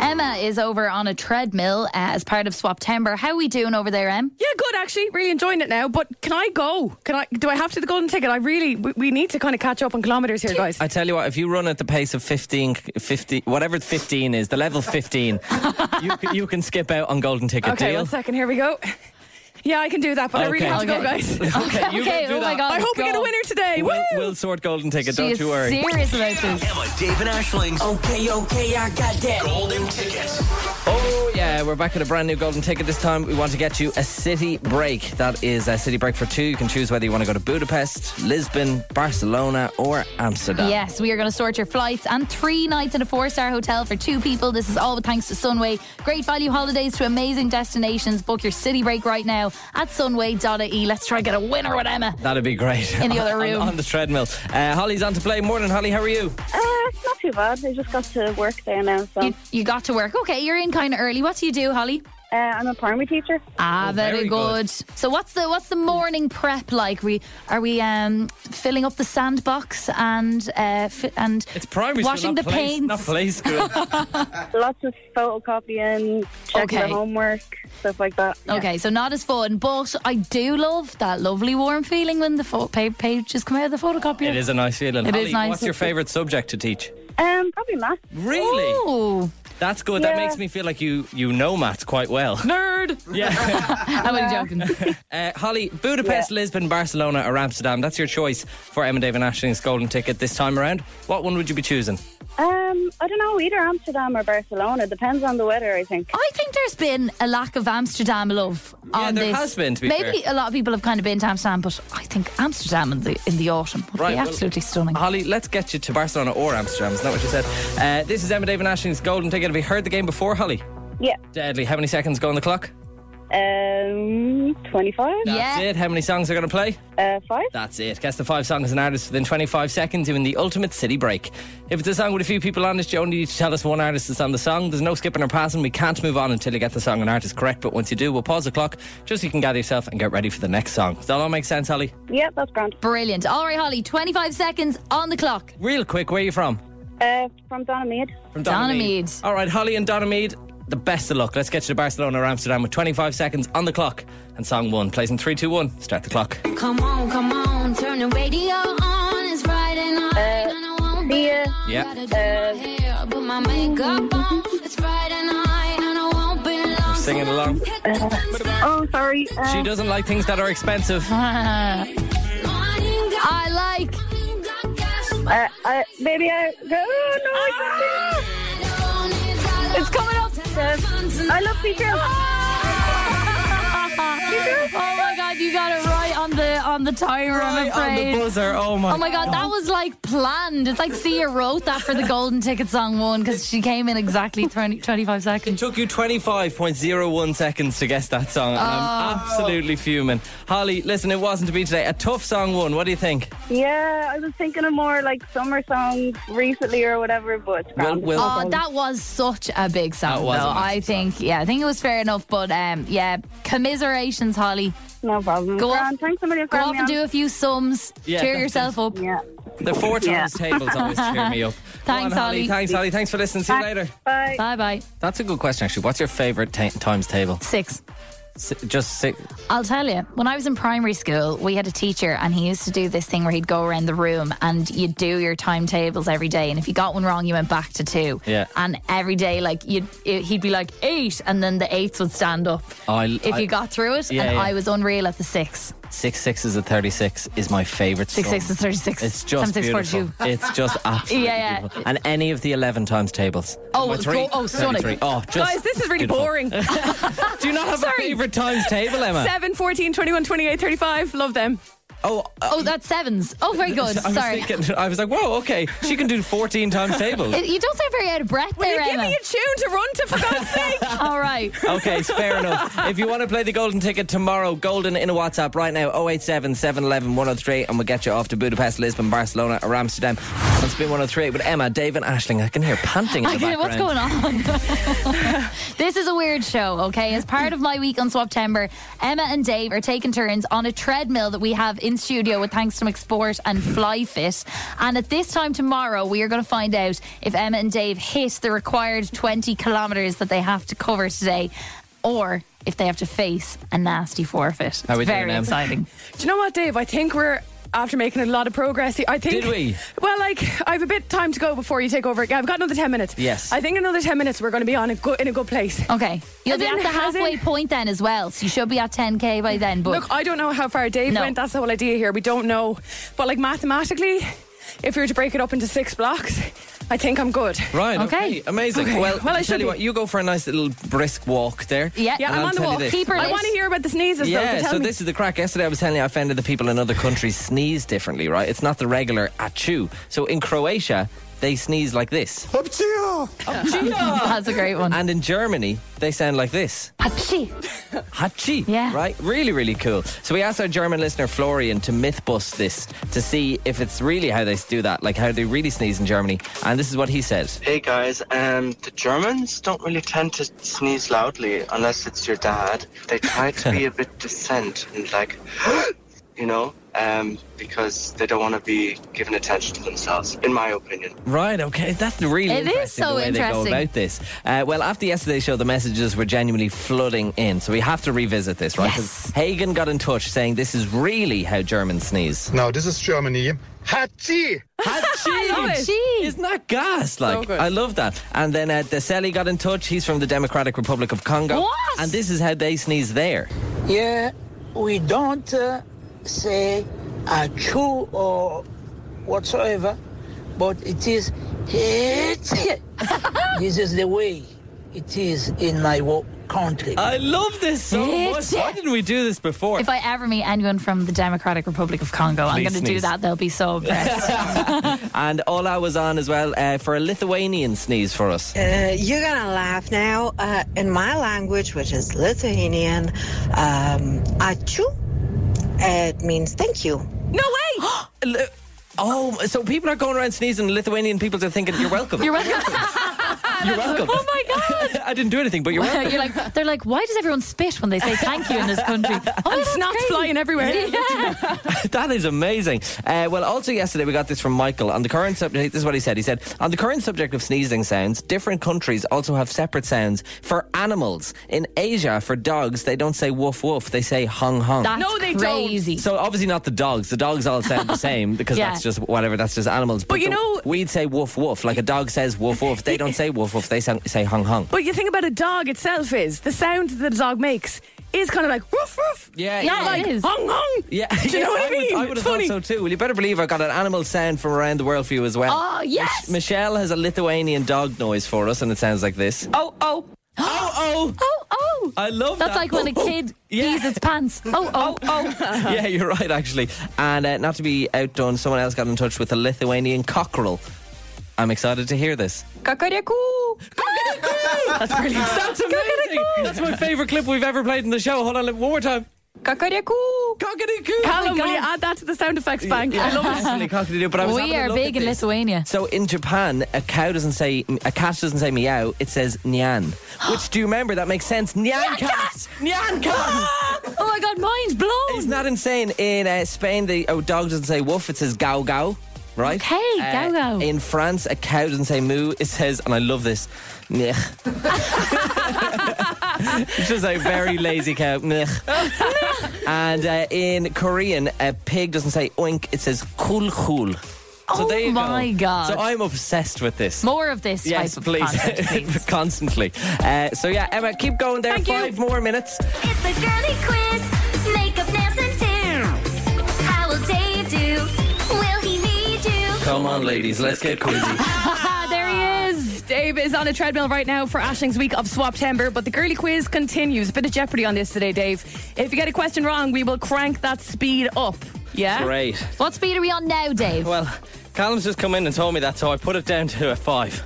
E: Emma is over on a treadmill uh, as part of Swap Timber. How we doing over there, Em?
C: Yeah, good actually. Really enjoying it now. But can I go? Can I? Do I have to the golden ticket? I really. We, we need to kind of catch up on kilometers here, guys.
D: I tell you what, if you run at the pace of 15, 50, whatever 15 is, the level 15, you, c- you can skip out on golden ticket
C: okay,
D: deal.
C: one second. Here we go. Yeah, I can do that, but I really
D: Okay.
C: have to go,
E: Okay.
C: guys.
D: Okay, you
E: okay,
D: can do
E: oh my
D: that.
E: God.
C: I hope we get a
E: God.
C: winner today.
D: We'll,
C: Woo!
D: we'll sort golden ticket,
E: She
D: don't
E: is
D: you worry.
E: serious about this.
A: Emma, Dave, and Ashling's. Okay, okay, I got that. Golden ticket.
D: Oh yeah, we're back with a brand new golden ticket this time. We want to get you a city break. That is a city break for two. You can choose whether you want to go to Budapest, Lisbon, Barcelona, or Amsterdam.
E: Yes, we are going to sort your flights and three nights in a four star hotel for two people. This is all with thanks to Sunway. Great value holidays to amazing destinations. Book your city break right now at sunway.ie. Let's try and get a winner with Emma.
D: That'd be great.
E: In the other
D: On-
E: room.
D: on, the treadmill. Uh, Holly's on to play. Morning, Holly. How are you?
I: Uh, not too bad. I just got to work there now, so
E: You, you got to work. Okay, you're in kind of early. What do you do, Holly?
I: uh, I'm a primary teacher.
E: Ah, very,
D: Oh, very
E: good.
D: good.
E: So what's the what's the morning prep like? We are we um filling up the sandbox and uh fi- and
D: It's primary
E: school, Washing
D: school,
E: not the play- paints.
D: not
E: not
D: play school.
I: Lots of photocopying, checking
E: Okay.
I: the homework, stuff like that. Yeah.
E: Okay, so not as fun, but I do love that lovely warm feeling when the pho- pa- pages come out of the photocopier.
D: it is a nice feeling.
E: It
D: Holly,
E: is nice.
D: What's your favourite subject to teach?
I: Um, probably math.
D: Really?
E: Oh, Ooh,
D: That's good. That
I: Yeah.
D: makes me feel like you you know maths quite well.
C: Nerd.
D: Yeah.
E: I'm only joking.
D: Uh, Holly, Budapest, Lisbon, Barcelona, or Amsterdam. That's your choice for Emma David Ashling's golden ticket this time around. What one would you be choosing?
I: Um, I don't know, either Amsterdam or Barcelona. Depends on the weather, I think.
E: I think there's been a lack of Amsterdam love on
D: there
E: this.
D: has been, to be
E: Maybe
D: fair.
E: a lot of people have kind of been to Amsterdam, but I think Amsterdam in the in the autumn would
D: Right,
E: be
D: well-
E: absolutely stunning.
D: Holly, let's get you to Barcelona or Amsterdam. Isn't that what you said? Uh, this is Emma David Ashling's golden ticket. Have you heard the game before, Holly?
I: Yeah.
D: Deadly. How many seconds go on the clock?
I: Um, 25?
E: yeah.
D: That's it. How many songs are going to play?
I: Uh, 5?
D: That's it. Guess the five songs and artists within 25 seconds doing the ultimate city break. If it's a song with a few people on it, you only need to tell us one artist that's on the song. There's no skipping or passing. We can't move on until you get the song and artist correct. But once you do, we'll pause the clock just so you can gather yourself and get ready for the next song. Does that all make sense, Holly?
I: Yeah, that's grand.
E: Brilliant. All right, Holly, 25 seconds on the clock.
D: Real quick, where are you from?
I: Uh, from Donamead.
D: From
E: Donamead.
D: All right, Holly and Donamead, the best of luck. Let's get you to Barcelona or Amsterdam with 25 seconds on the clock. And song one plays in 3, 2, 1. Start the clock.
J: Come on, come on, turn the radio on. It's Friday night, and I won't be
I: Yeah.
J: long.
D: Yeah.
J: Gotta do my hair, put my makeup on. It's Friday night, and I won't be long.
D: Singing along.
J: Hit the sunset
I: Oh, sorry. Uh,
D: She doesn't like things that are expensive.
J: morning, got-
E: I like.
J: got gas, but
I: uh, uh, maybe I. Oh, no, I can't
J: I don't need that
E: It's coming up. Ah!
I: do it. I love teachers.
E: oh my god, you got it right on the on the timer. I'm
D: Right on
E: afraid.
D: the buzzer. Oh my
E: Oh my god, that was like planned. It's like Sia wrote that for the golden ticket song one because she came in exactly 20, 25 seconds.
D: Took you 25.01 seconds to guess that song, and I'm
E: Oh.
D: absolutely fuming. Holly, listen, it wasn't to be today. A tough song won. What do you think?
I: Yeah, I was thinking of more like summer songs recently or whatever, but it's grand.
D: Will-
E: Oh, that was such a big
D: That
E: song, though.
D: was a massive
E: I think, yeah, I think it was fair enough. But um, yeah, commiserations, Holly.
I: No problem.
E: Go
I: grand.
E: off-
I: Thanks so much for
E: Go
I: having
E: off
I: me
E: and
I: on.
E: do a few sums.
D: Yeah,
E: Cheer
D: that's-
E: yourself up.
I: Yeah.
D: The four times tables always cheer me up. Go
E: Thanks,
D: on,
E: Holly.
D: Thanks, Holly. Thanks for listening. See you later.
I: Bye.
E: Bye bye.
D: That's a good question, actually. What's your favourite ta- times table?
E: Six.
D: Si- just si-
E: I'll tell you, when I was in primary school, we had a teacher and he used to do this thing where he'd go around the room and you'd do your timetables every day. And if you got one wrong, you went back to two.
D: Yeah.
E: And every day, like, you'd, it, he'd be like eight, and then the eights would stand up
D: I-
E: if
D: Oh, I-
E: you got through it.
D: Yeah,
E: and
D: yeah.
E: I was unreal at the six.
D: six sixes at thirty six is my favorite.
E: Six sixes, 36.
D: It's just
E: Seven, six,
D: beautiful.
E: 42.
D: It's just absolutely
E: Yeah, yeah.
D: beautiful. And any of the eleven times tables.
E: Oh,
D: My
E: go-
D: three,
E: oh, stunning.
D: 33. Oh, just
C: Guys, this is really
D: beautiful.
C: boring.
D: Do you not have a favorite times table, Emma?
C: 7, 14, 21, 28, 35. Love them.
D: Oh, uh,
E: Oh, that's sevens. Oh, very good.
D: I was
E: Sorry.
D: thinking. I was like, whoa, okay. She can do fourteen times tables.
E: You don't sound very out of breath
C: Will
E: there,
C: you give
E: Emma.
C: me a tune to run to, for God's sake?
E: All right.
D: Okay, it's fair enough. If you want to play the golden ticket tomorrow, golden in a WhatsApp right now 087 711 103, and we'll get you off to Budapest, Lisbon, Barcelona, or Amsterdam. On Spin 103 with oh Emma, Dave, and Ashling. I can hear panting. In the
E: Okay, what's going on? this is a weird show, okay? As part of my week on Swaptember, Emma and Dave are taking turns on a treadmill that we have in studio with thanks to McSport and Fly Fit. And at this time tomorrow, we are going to find out if Emma and Dave hit the required 20 kilometres that they have to cover today or if they have to face a nasty forfeit.
D: How we
E: It's
D: doing,
E: very
D: Em?
E: exciting.
C: Do you know what, Dave? I think we're after making a lot of progress. I think.
D: Did we?
C: Well, like I have a bit time to go before you take over. Yeah, I've got another ten minutes.
D: Yes. Oh,
C: I think another ten minutes. We're going to be on a good in a good place.
E: Okay. You'll
C: As
E: be
C: in-
E: at the
C: as
E: halfway
C: in-
E: point then as well. So you should be at 10K by then. But
C: Look, I don't know how far Dave
E: No.
C: went. That's the whole idea here. We don't know, but like mathematically, if we were to break it up into six blocks, I think I'm good.
D: Right, okay.
E: Okay.
D: Amazing.
C: Okay.
D: Well,
C: Well, I
D: I tell
C: should
D: you
C: be.
D: what, you go for a nice little brisk walk there.
E: Yeah.
C: Yeah,
D: And
C: I'm
D: I'll
C: on the
D: tell you
C: walk.
D: this.
E: Keep her
C: I
E: lit.
C: want to hear about the sneezes. though,
D: Yeah,
C: so tell
D: so
C: me.
D: this is the crack. Yesterday I was telling you I found out that people in other countries sneeze differently, right? It's not the regular achoo. So in Croatia, they sneeze like this. oh.
E: that's a great one.
D: And in Germany, they sound like this. Hachi.
E: Yeah.
D: Right? Really, really cool. So we asked our German listener, Florian, to myth bust this to see if it's really how they do that, like how they really sneeze in Germany. And this is what he said.
K: Hey guys, um, the Germans don't really tend to sneeze loudly unless it's your dad. They try to be a bit decent and like, you know, um, because they don't want to be given attention to themselves, in my opinion.
D: Right, okay. That's really
E: It is
D: interesting
E: so
D: the way they
E: interesting.
D: go about this. Uh, well, after yesterday's show, the messages were genuinely flooding in. So we have to revisit this, right? 'Cause Hagen got in touch saying this is really how Germans sneeze.
L: Now, this is Germany. Hachi!
D: Hachi!
E: Gee.
D: Isn't that gas? Like,
C: good.
D: I love that. And then uh, Deseli got in touch. He's from the Democratic Republic of Congo.
E: What?
D: And this is how they sneeze there.
A: Yeah, we don't uh, say achoo or whatsoever, but it is hit. this is the way it is in my wo- country.
D: I love this so much.
E: It's-
D: Why didn't we do this before?
E: If I ever meet anyone from the Democratic Republic of Congo, I'm
D: Please
E: going to do
D: sneeze.
E: that. They'll be so impressed.
D: and Ola was on as well uh, for a Lithuanian sneeze for us.
M: Uh, you're gonna laugh now. Uh, in my language, which is Lithuanian, um, ačiū, uh, it means thank you.
C: no way.
D: Li- Oh, so people are going around sneezing. Lithuanian people are thinking, "You're welcome. You're welcome. you're welcome." Oh my god! I didn't do anything, but you're welcome.
E: You're like, they're like, why does everyone spit when they say thank you in this country? Oh,
C: And
E: that's
C: snot's
E: crazy.
C: flying everywhere.
D: That is amazing. Uh, well, also yesterday we got this from Michael on the current subject. This is what he said. He said on the current subject of sneezing sounds, different countries also have separate sounds for animals. In Asia, for dogs, they don't say woof woof; they say hong hong.
E: That's
C: No, they don't.
E: crazy.
D: so obviously not the dogs. The dogs all sound the same because
E: Yeah.
D: that's just whatever. That's just animals. But,
C: you
D: the-
C: know-
D: we'd say woof woof. Like a dog says woof woof. They don't say woof woof. They sound, say hong hong.
C: But you think about a dog itself is the sound that the dog makes is kind of like woof woof.
D: Yeah,
E: Yeah,
D: yeah.
E: it is.
C: Hong hong.
D: Yeah,
C: Do you
D: yeah,
C: know what I,
D: would-
C: mean?
D: I would
C: it's
D: have thought
C: funny.
D: so too. Will you better believe I got an animal sound from around the world for you as well.
E: Oh, yes.
D: Mich- Michelle has a Lithuanian dog noise for us, and it sounds like this.
A: oh, oh.
D: Oh, oh!
E: Oh, oh.
D: I love
E: That's
D: that. Oh,
E: like when a kid
D: Yeah.
E: pees its pants. Oh, oh, oh.
D: yeah, you're right, actually. And uh, not to be outdone, someone else got in touch with a Lithuanian cockerel. I'm excited to hear this. That's brilliant. That's amazing. That's my favourite clip we've ever played in the show. Hold on, one more time. Cockadoo.
C: Callum, will you Oh add that to the sound effects bank? I love it.
D: Definitely cockadoo, but I was
E: We
D: having a
E: are
D: look
E: big
D: at
E: in
D: this.
E: Lithuania.
D: So in Japan, a cow doesn't say a cat doesn't say meow. It says nyan, which do you remember? That makes sense. Nyan cat. Nyan cat.
E: Oh my God, mind's blown.
D: Isn't that insane? In uh, Spain, the oh dog doesn't say woof. It says gao gao. right?
E: Okay, go, go.
D: In France, a cow doesn't say moo. It says, and I love this, mech. it's just a very lazy cow, mech. and uh, in Korean, a pig doesn't say oink. It says kul kul.
E: Oh my God.
D: So I'm obsessed with this.
E: More of this
D: Yes,
E: type of
D: please.
E: content, please.
D: Constantly. Uh, so yeah, Emma, keep going there. Five more minutes.
J: It's the girly quiz. Makeup, nails, and do. How will Dave do? Will he need you?
G: Come on, ladies, let's get quizzy.
C: Ah, there he is. Dave is on a treadmill right now for Ashling's week of Swaptember, but the girly quiz continues. Bit of jeopardy on this today, Dave. If you get a question wrong, we will crank that speed up. Yeah?
D: Great.
E: What speed are we on now, Dave?
D: Well, Callum's just come in and told me that, so I put it down to a five.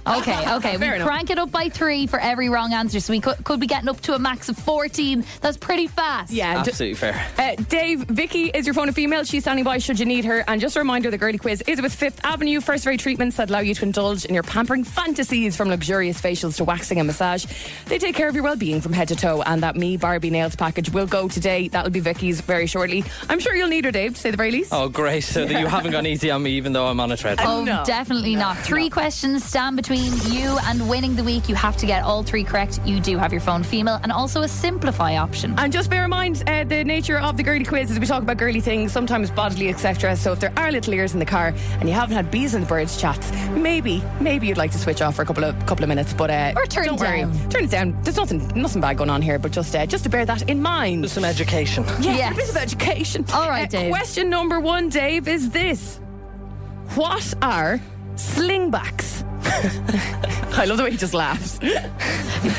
E: Okay, okay. we
C: Fair enough.
E: crank it up by three for every wrong answer, so we could, could be getting up to a max of 14. That's pretty fast.
C: Yeah. d-
D: Absolutely fair.
C: Uh, Dave, Vicky is your phone a female. She's standing by should you need her. And just a reminder, the girly quiz is with Fifth Avenue first rate treatments that allow you to indulge in your pampering fantasies from luxurious facials to waxing and massage. They take care of your well-being from head to toe. And that Me Barbie Nails package will go today. That'll be Vicky's very shortly. I'm sure you'll need her, Dave, to say the very least.
D: Oh, great. So that you haven't gone easy on me, even though I'm on a treadmill.
E: Oh, definitely not. Three questions stand between you and winning the week. You have to get all three correct. You do have your phone female and also a simplify option.
C: And just bear in mind uh, the nature of the girly quiz as we talk about girly things, sometimes bodily, etc. So if there are little ears in the car and you haven't had bees and birds chats, maybe, maybe you'd like to switch off for a couple of couple of minutes. But uh,
E: Or turn
C: don't
E: it
C: worry.
E: down.
C: Turn it down. There's nothing nothing bad going on here, but just uh, just to bear that in mind.
D: Just some education.
C: Yes,
E: Yes.
C: a bit of education.
E: All right,
C: Uh,
E: Dave.
C: Question number one, Dave, is this: What are slingbacks? I love the way he just laughs.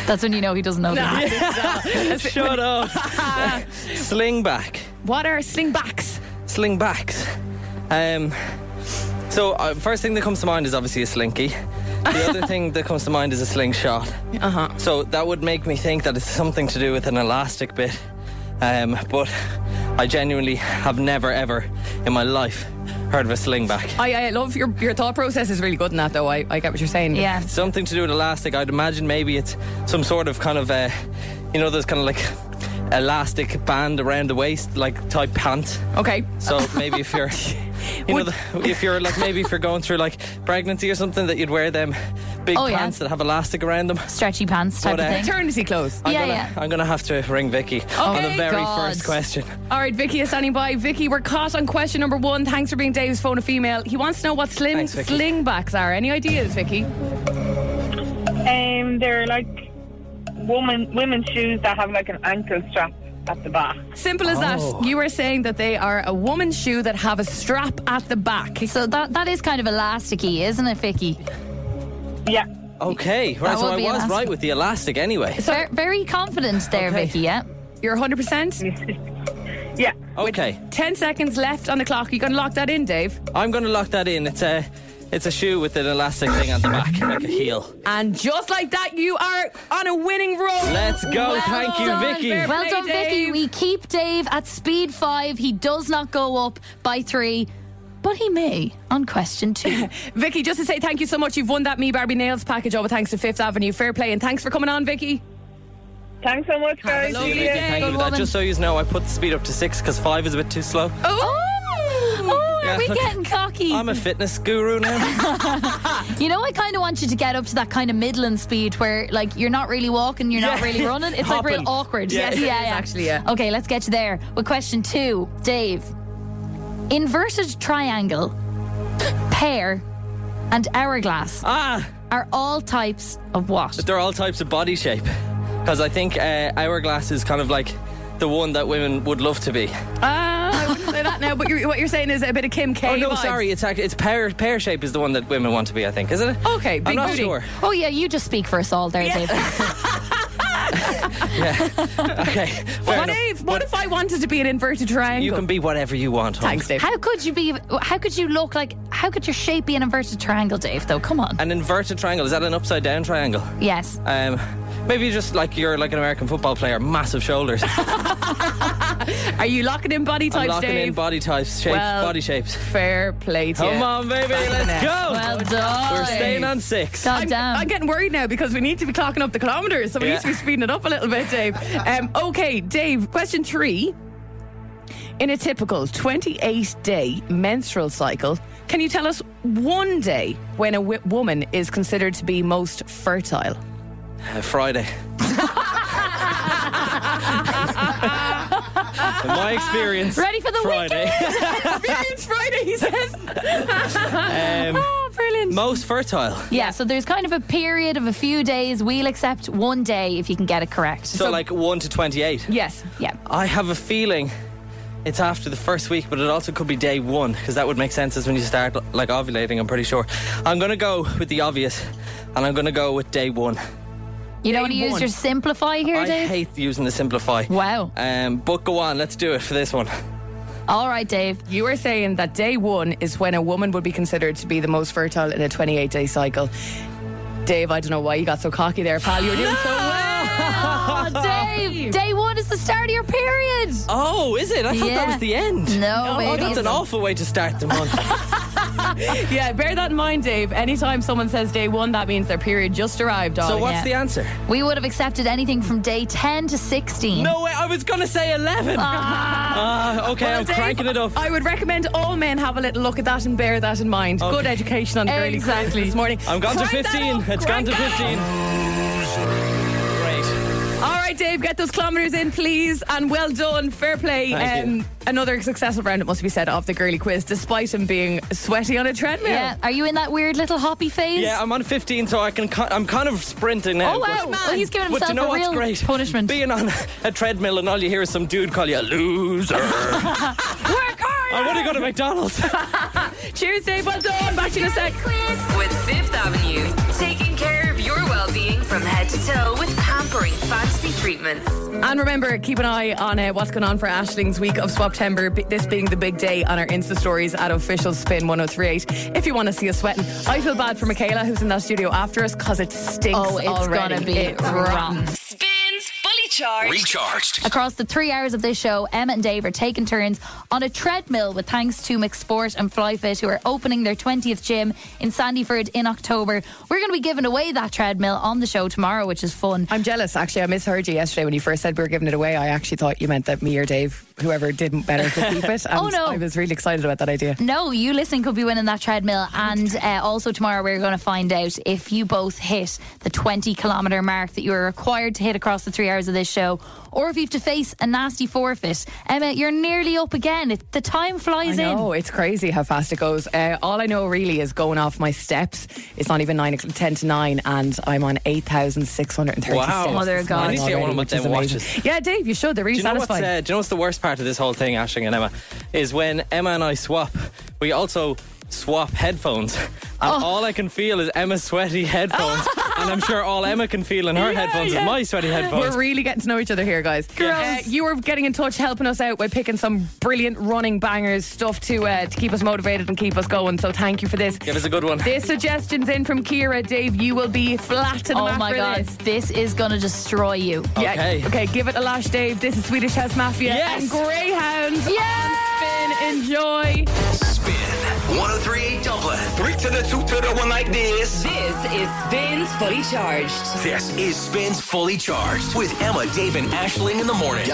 E: That's when you know he doesn't know. the answer.
D: Shut up. Sling back.
C: What are slingbacks?
D: Sling backs. Um, so, uh, first thing that comes to mind is obviously a slinky. The other thing that comes to mind is a slingshot.
C: Uh huh.
D: So, that would make me think that it's something to do with an elastic bit. Um, but I genuinely have never, ever in my life heard of a sling back.
C: I, I love your your thought process is really good in that though. I, I get what you're saying.
E: Yeah.
D: something to do with elastic. I'd imagine maybe it's some sort of kind of, uh, you know, those kind of like elastic band around the waist, like type pant.
C: Okay.
D: So maybe if you're, you know,
C: Would-
D: the, if you're like maybe if you're going through like pregnancy or something, that you'd wear them big
E: Oh, yeah.
D: pants that have elastic around them.
E: Stretchy pants type
D: But, uh,
E: of thing.
C: Eternity close.
D: I'm
E: Yeah,
D: gonna,
E: yeah. Oh,
D: I'm gonna have to ring Vicky on the
C: Okay,
D: very
E: God.
D: first question.
C: All right, Vicky is standing by. Vicky, we're caught on question number one. Thanks for being Dave's phone a female. He wants to know what slim
D: Thanks, Vicky.
C: slingbacks are. Any ideas, Vicky?
H: Um, they're like woman women's shoes that have like an ankle strap at the back.
C: Simple as
D: Oh.
C: that. You were saying that they are a woman's shoe that have a strap at the back.
E: So that that is kind of elasticy, isn't it, Vicky?
H: Yeah.
D: Okay, right. So
E: would
D: I was
E: be elastic.
D: right with the elastic anyway.
E: Ver- very confident there,
D: Okay.
E: Vicky. Yeah.
C: You're 100%.
H: Yeah.
D: Okay,
C: 10 seconds left on the clock. You can lock that in, Dave.
D: I'm gonna lock that in. It's a, it's a shoe with an elastic thing on the back, like a heel.
C: And just like that, you are on a winning roll.
D: Let's go. Thank you,
C: done,
D: Vicky.
C: Ver-
E: Well
C: Play,
E: done, Vicky.
C: Dave.
E: We keep Dave at speed five. He does not go up by three, but he may on question two.
C: Vicky, just to say thank you so much. You've won that Me Barbie Nails package over thanks to Fifth Avenue. Fair play. And thanks for coming on, Vicky.
H: Thanks so much, guys.
C: lovely
H: See ya.
C: day.
D: Thank you for
E: Good
D: that.
E: woman.
D: Just so you know, I put the speed up to six because five is a bit too slow.
E: oh, oh, are
D: Yeah,
E: we
D: look,
E: getting cocky?
D: I'm a fitness guru now.
E: you know, I kind of want you to get up to that kind of midland speed where, like, you're not really walking, you're not
D: Yeah.
E: really running. It's like
D: Hopping.
E: real awkward.
D: Yes,
E: yeah, yeah.
C: actually, yeah.
E: Okay, let's get you there with question two, Dave. Inverted triangle, pear, and hourglass
D: ah,
E: are all types of what?
D: they're all types of body shape. Because I think uh, hourglass is kind of like the one that women would love to be.
C: Ah, I wouldn't say that now, but you're, what you're saying is a bit of Kim K.
D: oh no,
C: vibes.
D: sorry, it's act- it's pear pear shape is the one that women want to be. I think, isn't it?
C: Okay, big
D: I'm not
C: booty.
D: sure.
E: Oh yeah, you just speak for us all there, Dave.
D: Okay, fair
C: What
D: enough.
C: if, what if I wanted to be an inverted triangle?
D: you can be whatever you want. hon.
C: Thanks, Dave.
E: How could you be? How could you look like? How could your shape be an inverted triangle, Dave? Though, come on.
D: An inverted triangle is that an upside down triangle?
E: Yes.
D: Um, maybe just like you're like an American football player, massive shoulders.
C: Are you locking in body
D: I'm
C: types,
D: locking
C: Dave?
D: in body types, shapes,
C: Well,
D: body shapes.
C: Fair play to
D: Come
C: you.
D: on, baby,
C: Back to the
D: let's
C: net.
D: go.
E: Well done. Uh,
D: We're staying on six.
E: God
C: I'm,
E: Oh, damn.
C: I'm getting worried now because we need to be clocking up the kilometres, so we
D: Yeah.
C: need to be speeding it up a little bit, Dave. Um, okay, Dave, question three In a typical 28 day menstrual cycle, can you tell us one day when a w- woman is considered to be most fertile?
D: Uh, Friday. In my experience,
E: Ready for the
D: Friday.
E: weekend?
C: Experience Friday, he says.
D: Um,
E: oh, brilliant.
D: Most fertile.
E: yeah, so there's kind of a period of a few days. We'll accept one day if you can get it correct.
D: So, like 1 to 28.
C: Yes.
E: Yeah.
D: I have a feeling it's after the first week, but it also could be day one because that would make sense as when you start like ovulating. I'm pretty sure. I'm gonna go with the obvious, and I'm gonna go with day one.
E: You don't want to use
D: one.
E: your simplify here,
D: I
E: Dave?
D: hate using the simplify.
E: Wow.
D: Um, but go on, let's do it for this one.
E: All right, Dave.
C: You were saying that day one is when a woman would be considered to be the most fertile in a 28 day cycle. Dave, I don't know why you got so cocky there, pal. You were doing so well.
E: Oh, Dave, day one is the start of your period.
D: Oh, is it? I thought that was the end.
E: No,
D: oh,
E: baby.
D: that's an awful way to start the month.
C: yeah, bear that in mind, Dave. Anytime someone says day one, that means their period just arrived.
D: so
E: Oh,
C: darling.
D: what's the answer?
E: We would have accepted anything from day 10 to 16.
D: No way! I was gonna say eleven. Ah, okay,
C: Well,
D: I'm
C: Dave,
D: cranking it up.
C: I would recommend all men have a little look at that and bear that in mind.
D: Okay.
C: Good education on the girly
D: Exactly.
C: quiz this morning.
D: I'm gone to
C: Crank that
D: 15.
C: up,
D: It's
C: crank
D: gone to
C: that up.
D: 15. Great.
C: All right, Dave, get those kilometres in, please. And well done. Fair play. Um,
D: Thank you.
C: Another successful round, it must be said, of the girly quiz, despite him being sweaty on a treadmill.
E: Yeah. Are you in that weird little hoppy phase?
D: Yeah, I'm on 15, so I can. ki- I'm kind of sprinting now.
E: Oh, wow.
D: But,
E: Well, he's giving
D: but
E: himself
D: you know
E: a
D: what's
E: real
D: great?
E: punishment.
D: Being on a treadmill and all you hear is some dude call you a loser. I
E: Work hard!
D: want to go to McDonald's.
C: Cheers, Dave. Well done. Back to you in a sec.
B: With Fifth Avenue, taking care of your well being from head to toe with pampering fancy treatments.
C: And remember, keep an eye on uh, what's going on for Ashling's week of Swaptember, b- this being the big day on our Insta stories at official spin 1038. If you want to see us sweating, I feel bad for Michaela, who's in that studio after us, because it stinks.
E: Oh, it's
C: already.
E: gonna be
C: It's
E: rotten.
B: Spins fully charged.
A: Recharged.
E: Across the three hours of this show, Emma and Dave are taking turns on a treadmill with thanks to McSport and FlyFit, who are opening their 20th gym in Sandyford in October. We're going to be giving away that treadmill on the show tomorrow, which is fun.
C: I'm jealous, actually. I misheard you yesterday when you first said we were giving it away. I actually thought you meant that me or Dave, whoever did better, could keep it. And
E: Oh, no.
C: I was really excited about that idea.
E: No, you listen could be winning that treadmill. And uh, also tomorrow we're going to find out if you both hit the 20 kilometre mark that you are required to hit across the three hours of this show, or if you have to face a nasty forfeit. Emma, you're nearly up again. It, the time flies
C: I know,
E: in.
C: it's crazy how fast it goes. Uh, all I know really is going off my steps. It's not even nine, o'clock- 10 to 9, and I'm on 8,630
D: Wow.
C: steps.
D: Mother of
C: this
D: God.
C: morning
D: I need to get one
C: already,
D: of my
C: which is
D: damn
C: amazing.
D: watches.
C: Yeah, Dave, you should. They're really
D: Do you, know what's,
C: satisfying.
D: uh, do you know what's the worst part of this whole thing, Ashling and Emma? Is when Emma and I swap, we also swap headphones. And
C: Oh.
D: all I can feel is Emma's sweaty headphones. and I'm sure all Emma can feel in her
C: Yeah,
D: headphones
C: yeah.
D: is my sweaty headphones.
C: We're really getting to know each other here, guys. Uh, you were getting in touch, helping us out by picking some brilliant running bangers, stuff to uh, to keep us motivated and keep us going. So thank you for this.
D: Give us a good one.
C: This suggestion's in from Kira. Dave, you will be flat to the
E: Oh
C: mat
E: my
C: for
E: God,
C: this.
E: this is going to destroy you.
D: Okay.
C: Yeah. Okay, give it a lash, Dave. This is Swedish House Mafia
A: Yes.
C: and Greyhound. Yeah. On spin. Enjoy.
A: Spin 1038 Dublin. Three to the two to the one like this.
B: This is Spins Fully Charged.
A: This is Spins Fully Charged with Emma, Dave, and Ashling in the morning.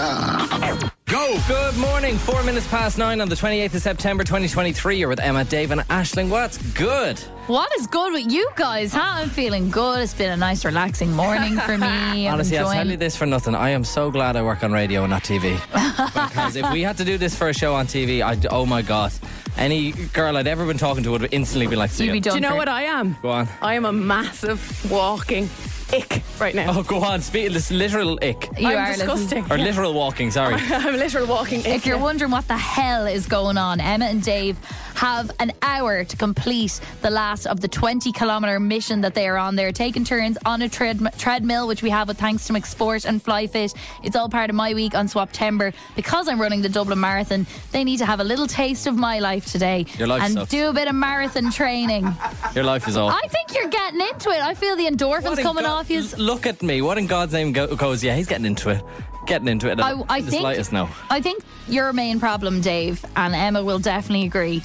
D: Go! Good morning. Four minutes past nine on the 28th of September 2023. You're with Emma, Dave, and Ashling. What's good?
E: What is good with you guys? Huh? I'm feeling good. It's been a nice, relaxing morning for me. I'm
D: Honestly, I'll
E: enjoying
D: tell you this for nothing. I am so glad I work on radio and not TV. because if we had to do this for a show on TV, I'd, oh my God. Any girl I'd ever been talking to would instantly be like, see ya.
C: Do you know what I am?
D: Go on.
C: I am a massive walking ick right now.
D: Oh, go on. Speak this literal ick.
E: You
C: I'm
E: are
C: disgusting.
D: Or literal walking, sorry.
C: I'm literal walking ick.
E: If you're wondering what the hell is going on, Emma and Dave have an hour to complete the last of the 20 kilometre mission that they are on. They're taking turns on a tread- treadmill, which we have with thanks to McSport and FlyFit. It's all part of my week on Swaptember. Because I'm running the Dublin Marathon, they need to have a little taste of my life today
D: Your life
E: and
D: sucks.
E: do a bit of marathon training.
D: Your life is all.
E: I think you're getting into it. I feel the
D: What
E: endorphins
D: in
E: coming
D: God-
E: off you.
D: l- Look at me. What in God's name go- goes, yeah, he's getting into it. Getting into it.
E: I, I
D: the
E: think
D: slightest no.
E: I think your main problem, Dave, and Emma will definitely agree,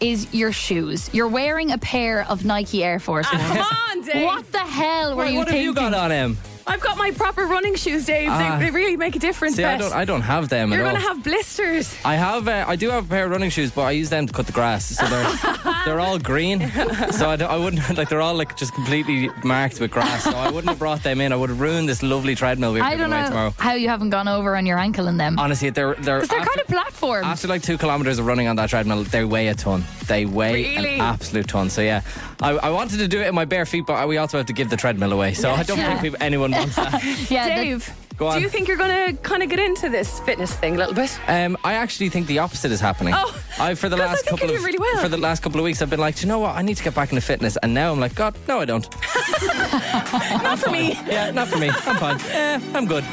E: is your shoes. You're wearing a pair of Nike Air Force Ones.
C: Come on, Dave.
E: What the hell were
D: What,
E: you
D: Ah, what have
E: thinking?
D: you got on him?
C: I've got my proper running shoes, Dave.
D: Ah.
C: they, they really make a difference.
D: See, I
C: Bet.
D: don't, I don't have them
C: You're
D: at all.
C: gonna have blisters.
D: I have, uh, I do have a pair of running shoes, but I use them to cut the grass. So they're they're all green. So I, don't- I wouldn't like they're all like just completely marked with grass. So I wouldn't have brought them in. I would have ruined this lovely treadmill we were
E: I
D: giving
E: don't
D: away
E: know
D: tomorrow.
E: how you haven't gone over on your ankle in them.
D: Honestly, they're they're
E: Because they're
D: after,
E: kind of platforms.
D: after like two kilometers of running on that treadmill, they weigh a ton. They weigh
E: Really?
D: an absolute ton. So yeah, I, I wanted to do it in my bare feet, but we also have to give the treadmill away. So I don't
C: Yeah.
D: think people, anyone wants that.
C: Dave.
D: Go on.
C: Do you think you're gonna kind of get into this fitness thing a little bit?
D: Um, I actually think the opposite is happening.
C: Oh,
D: I for the
C: 'cause I
D: last
C: think
D: couple
C: I do
D: of
C: really well.
D: for the last couple of weeks, I've been like, do you know what? I need to get back into fitness, and now I'm like, God, no, I don't.
E: Not for me.
D: Yeah, not for me. I'm fine. Eh, I'm good.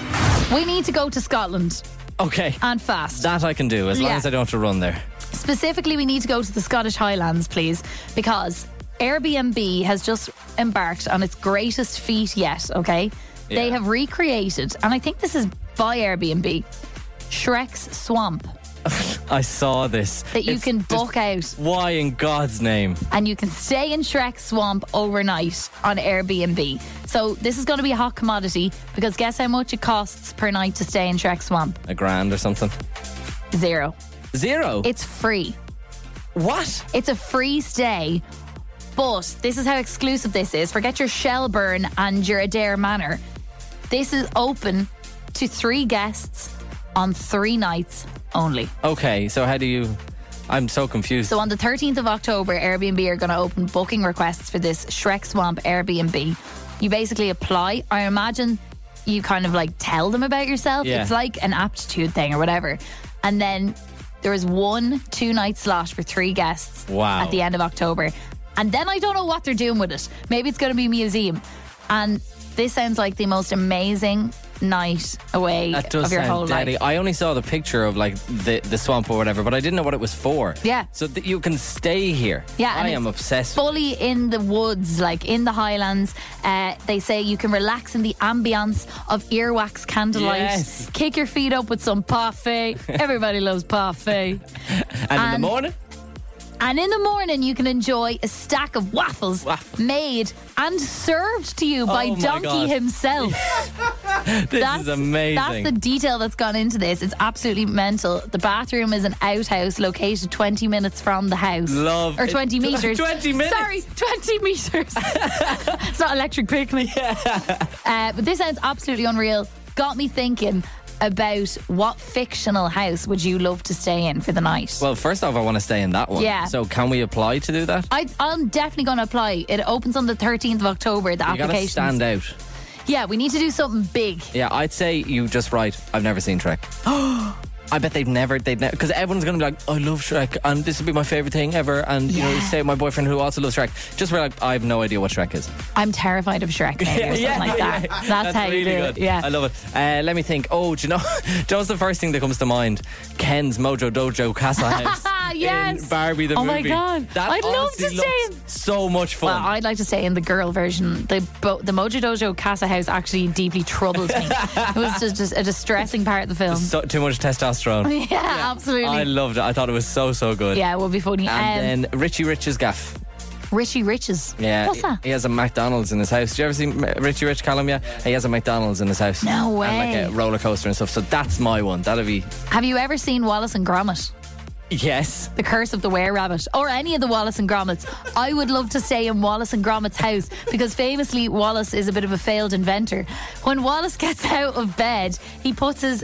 E: We need to go to Scotland
D: Okay,
E: and fast.
D: that I can do as long
E: Uh, Yeah.
D: as I don't have to run there.
E: Specifically, we need to go to the Scottish Highlands, please, because Airbnb has just embarked on its greatest feat yet, okay? They have recreated, and I think this is by Airbnb, Shrek's Swamp
D: I saw this.
E: that you
D: It's
E: can
D: just-
E: book out
D: Why in God's name?
E: and you can stay in Shrek's Swamp overnight on Airbnb. So, this is going to be a hot commodity because guess how much it costs per night to stay in Shrek's Swamp?
D: A grand or something?
E: Zero.
D: Zero.
E: It's free.
D: What?
E: It's a free stay. But this is how exclusive this is. Forget your Shelburne and your Adair Manor. This is open to three guests on three nights only.
D: okay. So how do you? I'm so confused.
E: So on the 13th of October, Airbnb are going to open booking requests for this Shrek Swamp Airbnb. You basically apply. I imagine you kind of like tell them about yourself.
N: Yeah.
E: It's like an aptitude thing or whatever. And then there is one two night slot for three guests
N: Wow.
E: at the end of October. And then I don't know what they're doing with it. Maybe it's going to be a museum. And this sounds like the most amazing night away
D: That does
E: of your
D: sound
E: whole
D: deadly.
E: life.
D: I only saw the picture of like the, the swamp or whatever, but I didn't know what it was for.
E: Yeah.
D: So that you can stay here.
E: Yeah, and
D: I am
E: it's
D: obsessed.
E: Fully in the woods, like in the Highlands. Uh, they say you can relax in the ambience of earwax candlelight.
D: Yes.
E: Kick your feet up with some parfait. Everybody loves parfait.
D: And, in the morning,
E: And in the morning, you can enjoy a stack of waffles made and served to you by
D: Oh my
E: Donkey
D: God.
E: himself.
D: this is amazing.
E: That's the detail that's gone into this. It's absolutely mental. The bathroom is an outhouse located 20 minutes from the house.
D: Love
E: Or
D: it.
E: 20 meters.
D: 20 minutes.
E: Sorry, 20 meters. it's not electric picnic. Uh, but this sounds absolutely unreal. Got me thinking about what fictional house would you love to stay in for the night?
D: well, first off, I want to stay in that one.
E: Yeah.
D: So can we apply to do that?
E: I, I'm definitely going to apply. It opens on the 13th of October. The
D: You gotta
E: application.
D: stand out.
E: Yeah, we need to do something big.
D: Yeah, I'd say you just write. I've never seen Trek. I bet they've never, they'd never, because everyone's going to be like, I love Shrek, and this would be my favorite thing ever. And, you know,
E: Yeah.
D: say my boyfriend who also loves Shrek. Just where, like, I have no idea what Shrek is.
E: I'm terrified of Shrek maybe, or something like that.
D: yeah.
E: That's, how
D: really
E: you do
D: good.
E: it. Yeah.
D: I love it. Uh, let me think. Oh, do you know? Joe's the first thing that comes to mind. Ken's Mojo Dojo Castle House.
E: yes.
D: in Barbie the
E: oh
D: movie.
E: my god.
D: That
E: I'd love
D: honestly
E: to stay in
D: looks So much
E: well,
D: fun.
E: I'd like to stay in the girl version. The bo- the Mojo Dojo Casa House actually deeply troubled me. it was just, just a distressing part of the film.
D: so, too much testosterone.
E: yeah, absolutely.
D: I loved it. I thought it was so so good.
E: yeah, it would be funny.
D: And
E: um,
D: then Richie Rich's gaff.
E: Richie Riches.
D: Yeah,
E: What's that?
D: He has a McDonald's in his house. Did you ever see M- Richie Rich Callum? Yeah, he has a McDonald's in his house.
E: No
D: And like a
E: way.
D: roller coaster and stuff. So that's my one. That'll be
E: Have you ever seen Wallace and Gromit?
D: yes.
E: The Curse of the Were Rabbit, or any of the Wallace and Gromits. I would love to stay in Wallace and Gromit's house because famously Wallace is a bit of a failed inventor. When Wallace gets out of bed, he puts his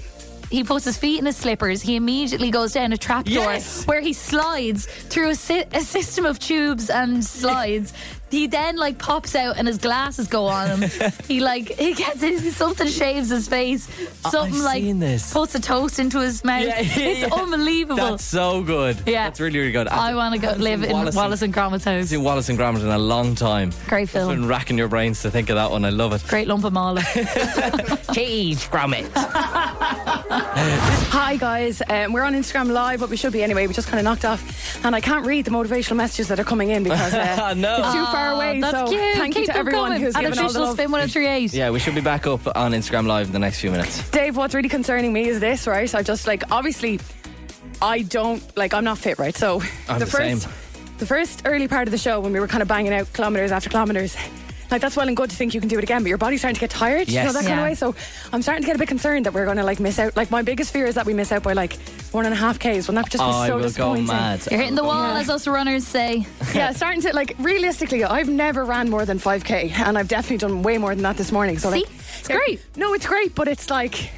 E: he puts his feet in his slippers. He immediately goes down a trapdoor
N: Yes!
E: where he slides through a, si- a system of tubes and slides. He then like pops out and his glasses go on him. he like he gets his, something shaves his face.
D: I've
E: Something like
D: seen this.
E: puts a toast into his mouth.
D: Yeah, yeah,
E: it's
D: yeah.
E: unbelievable.
D: That's so good.
E: Yeah.
D: That's really, really good.
E: I want to go live in Wallace, and Gromit's
D: I've
E: house.
D: seen Wallace and Gromit in a long time.
E: Great
D: It's
E: film.
D: been racking your brains to think of that one. I love it.
E: Great lump of mala.
D: Cheese Gromit.
O: Hi guys, um, we're on Instagram Live, but we should be anyway. We just kind of knocked off, and I can't read the motivational messages that are coming in because uh,
D: No.
O: it's too far
E: Aw,
O: away.
E: Ah, that's
O: so
E: cute.
O: thank
E: Keep
O: you to
E: them
O: everyone
E: coming.
O: who's
E: An
O: given all the
E: official
O: love.
E: spin 1038.
D: Yeah, we should be back up on Instagram Live in the next few minutes.
O: Dave, what's really concerning me is this, right? I just like obviously, I don't like I'm not fit, right? So
D: I'm the
O: first,
D: same.
O: the first early part of the show when we were kind of banging out kilometers after kilometers,
C: Like that's well and good to think you can do it again, but your body's starting to get tired. You know
P: Yes.
C: that kind
P: Yeah.
C: of way. So I'm starting to get a bit concerned that we're going to like miss out. Like my biggest fear is that we miss out by like one and a half k's. Wouldn't that just be
Q: I
C: so
Q: will go
C: disappointing?
Q: mad.
E: You're hitting the wall,
C: Yeah.
E: as us runners say.
C: yeah, starting to like realistically, I've never ran more than five k, and I've definitely done way more than that this morning. So like,
E: See?
C: it's great. No, it's great, but it's like.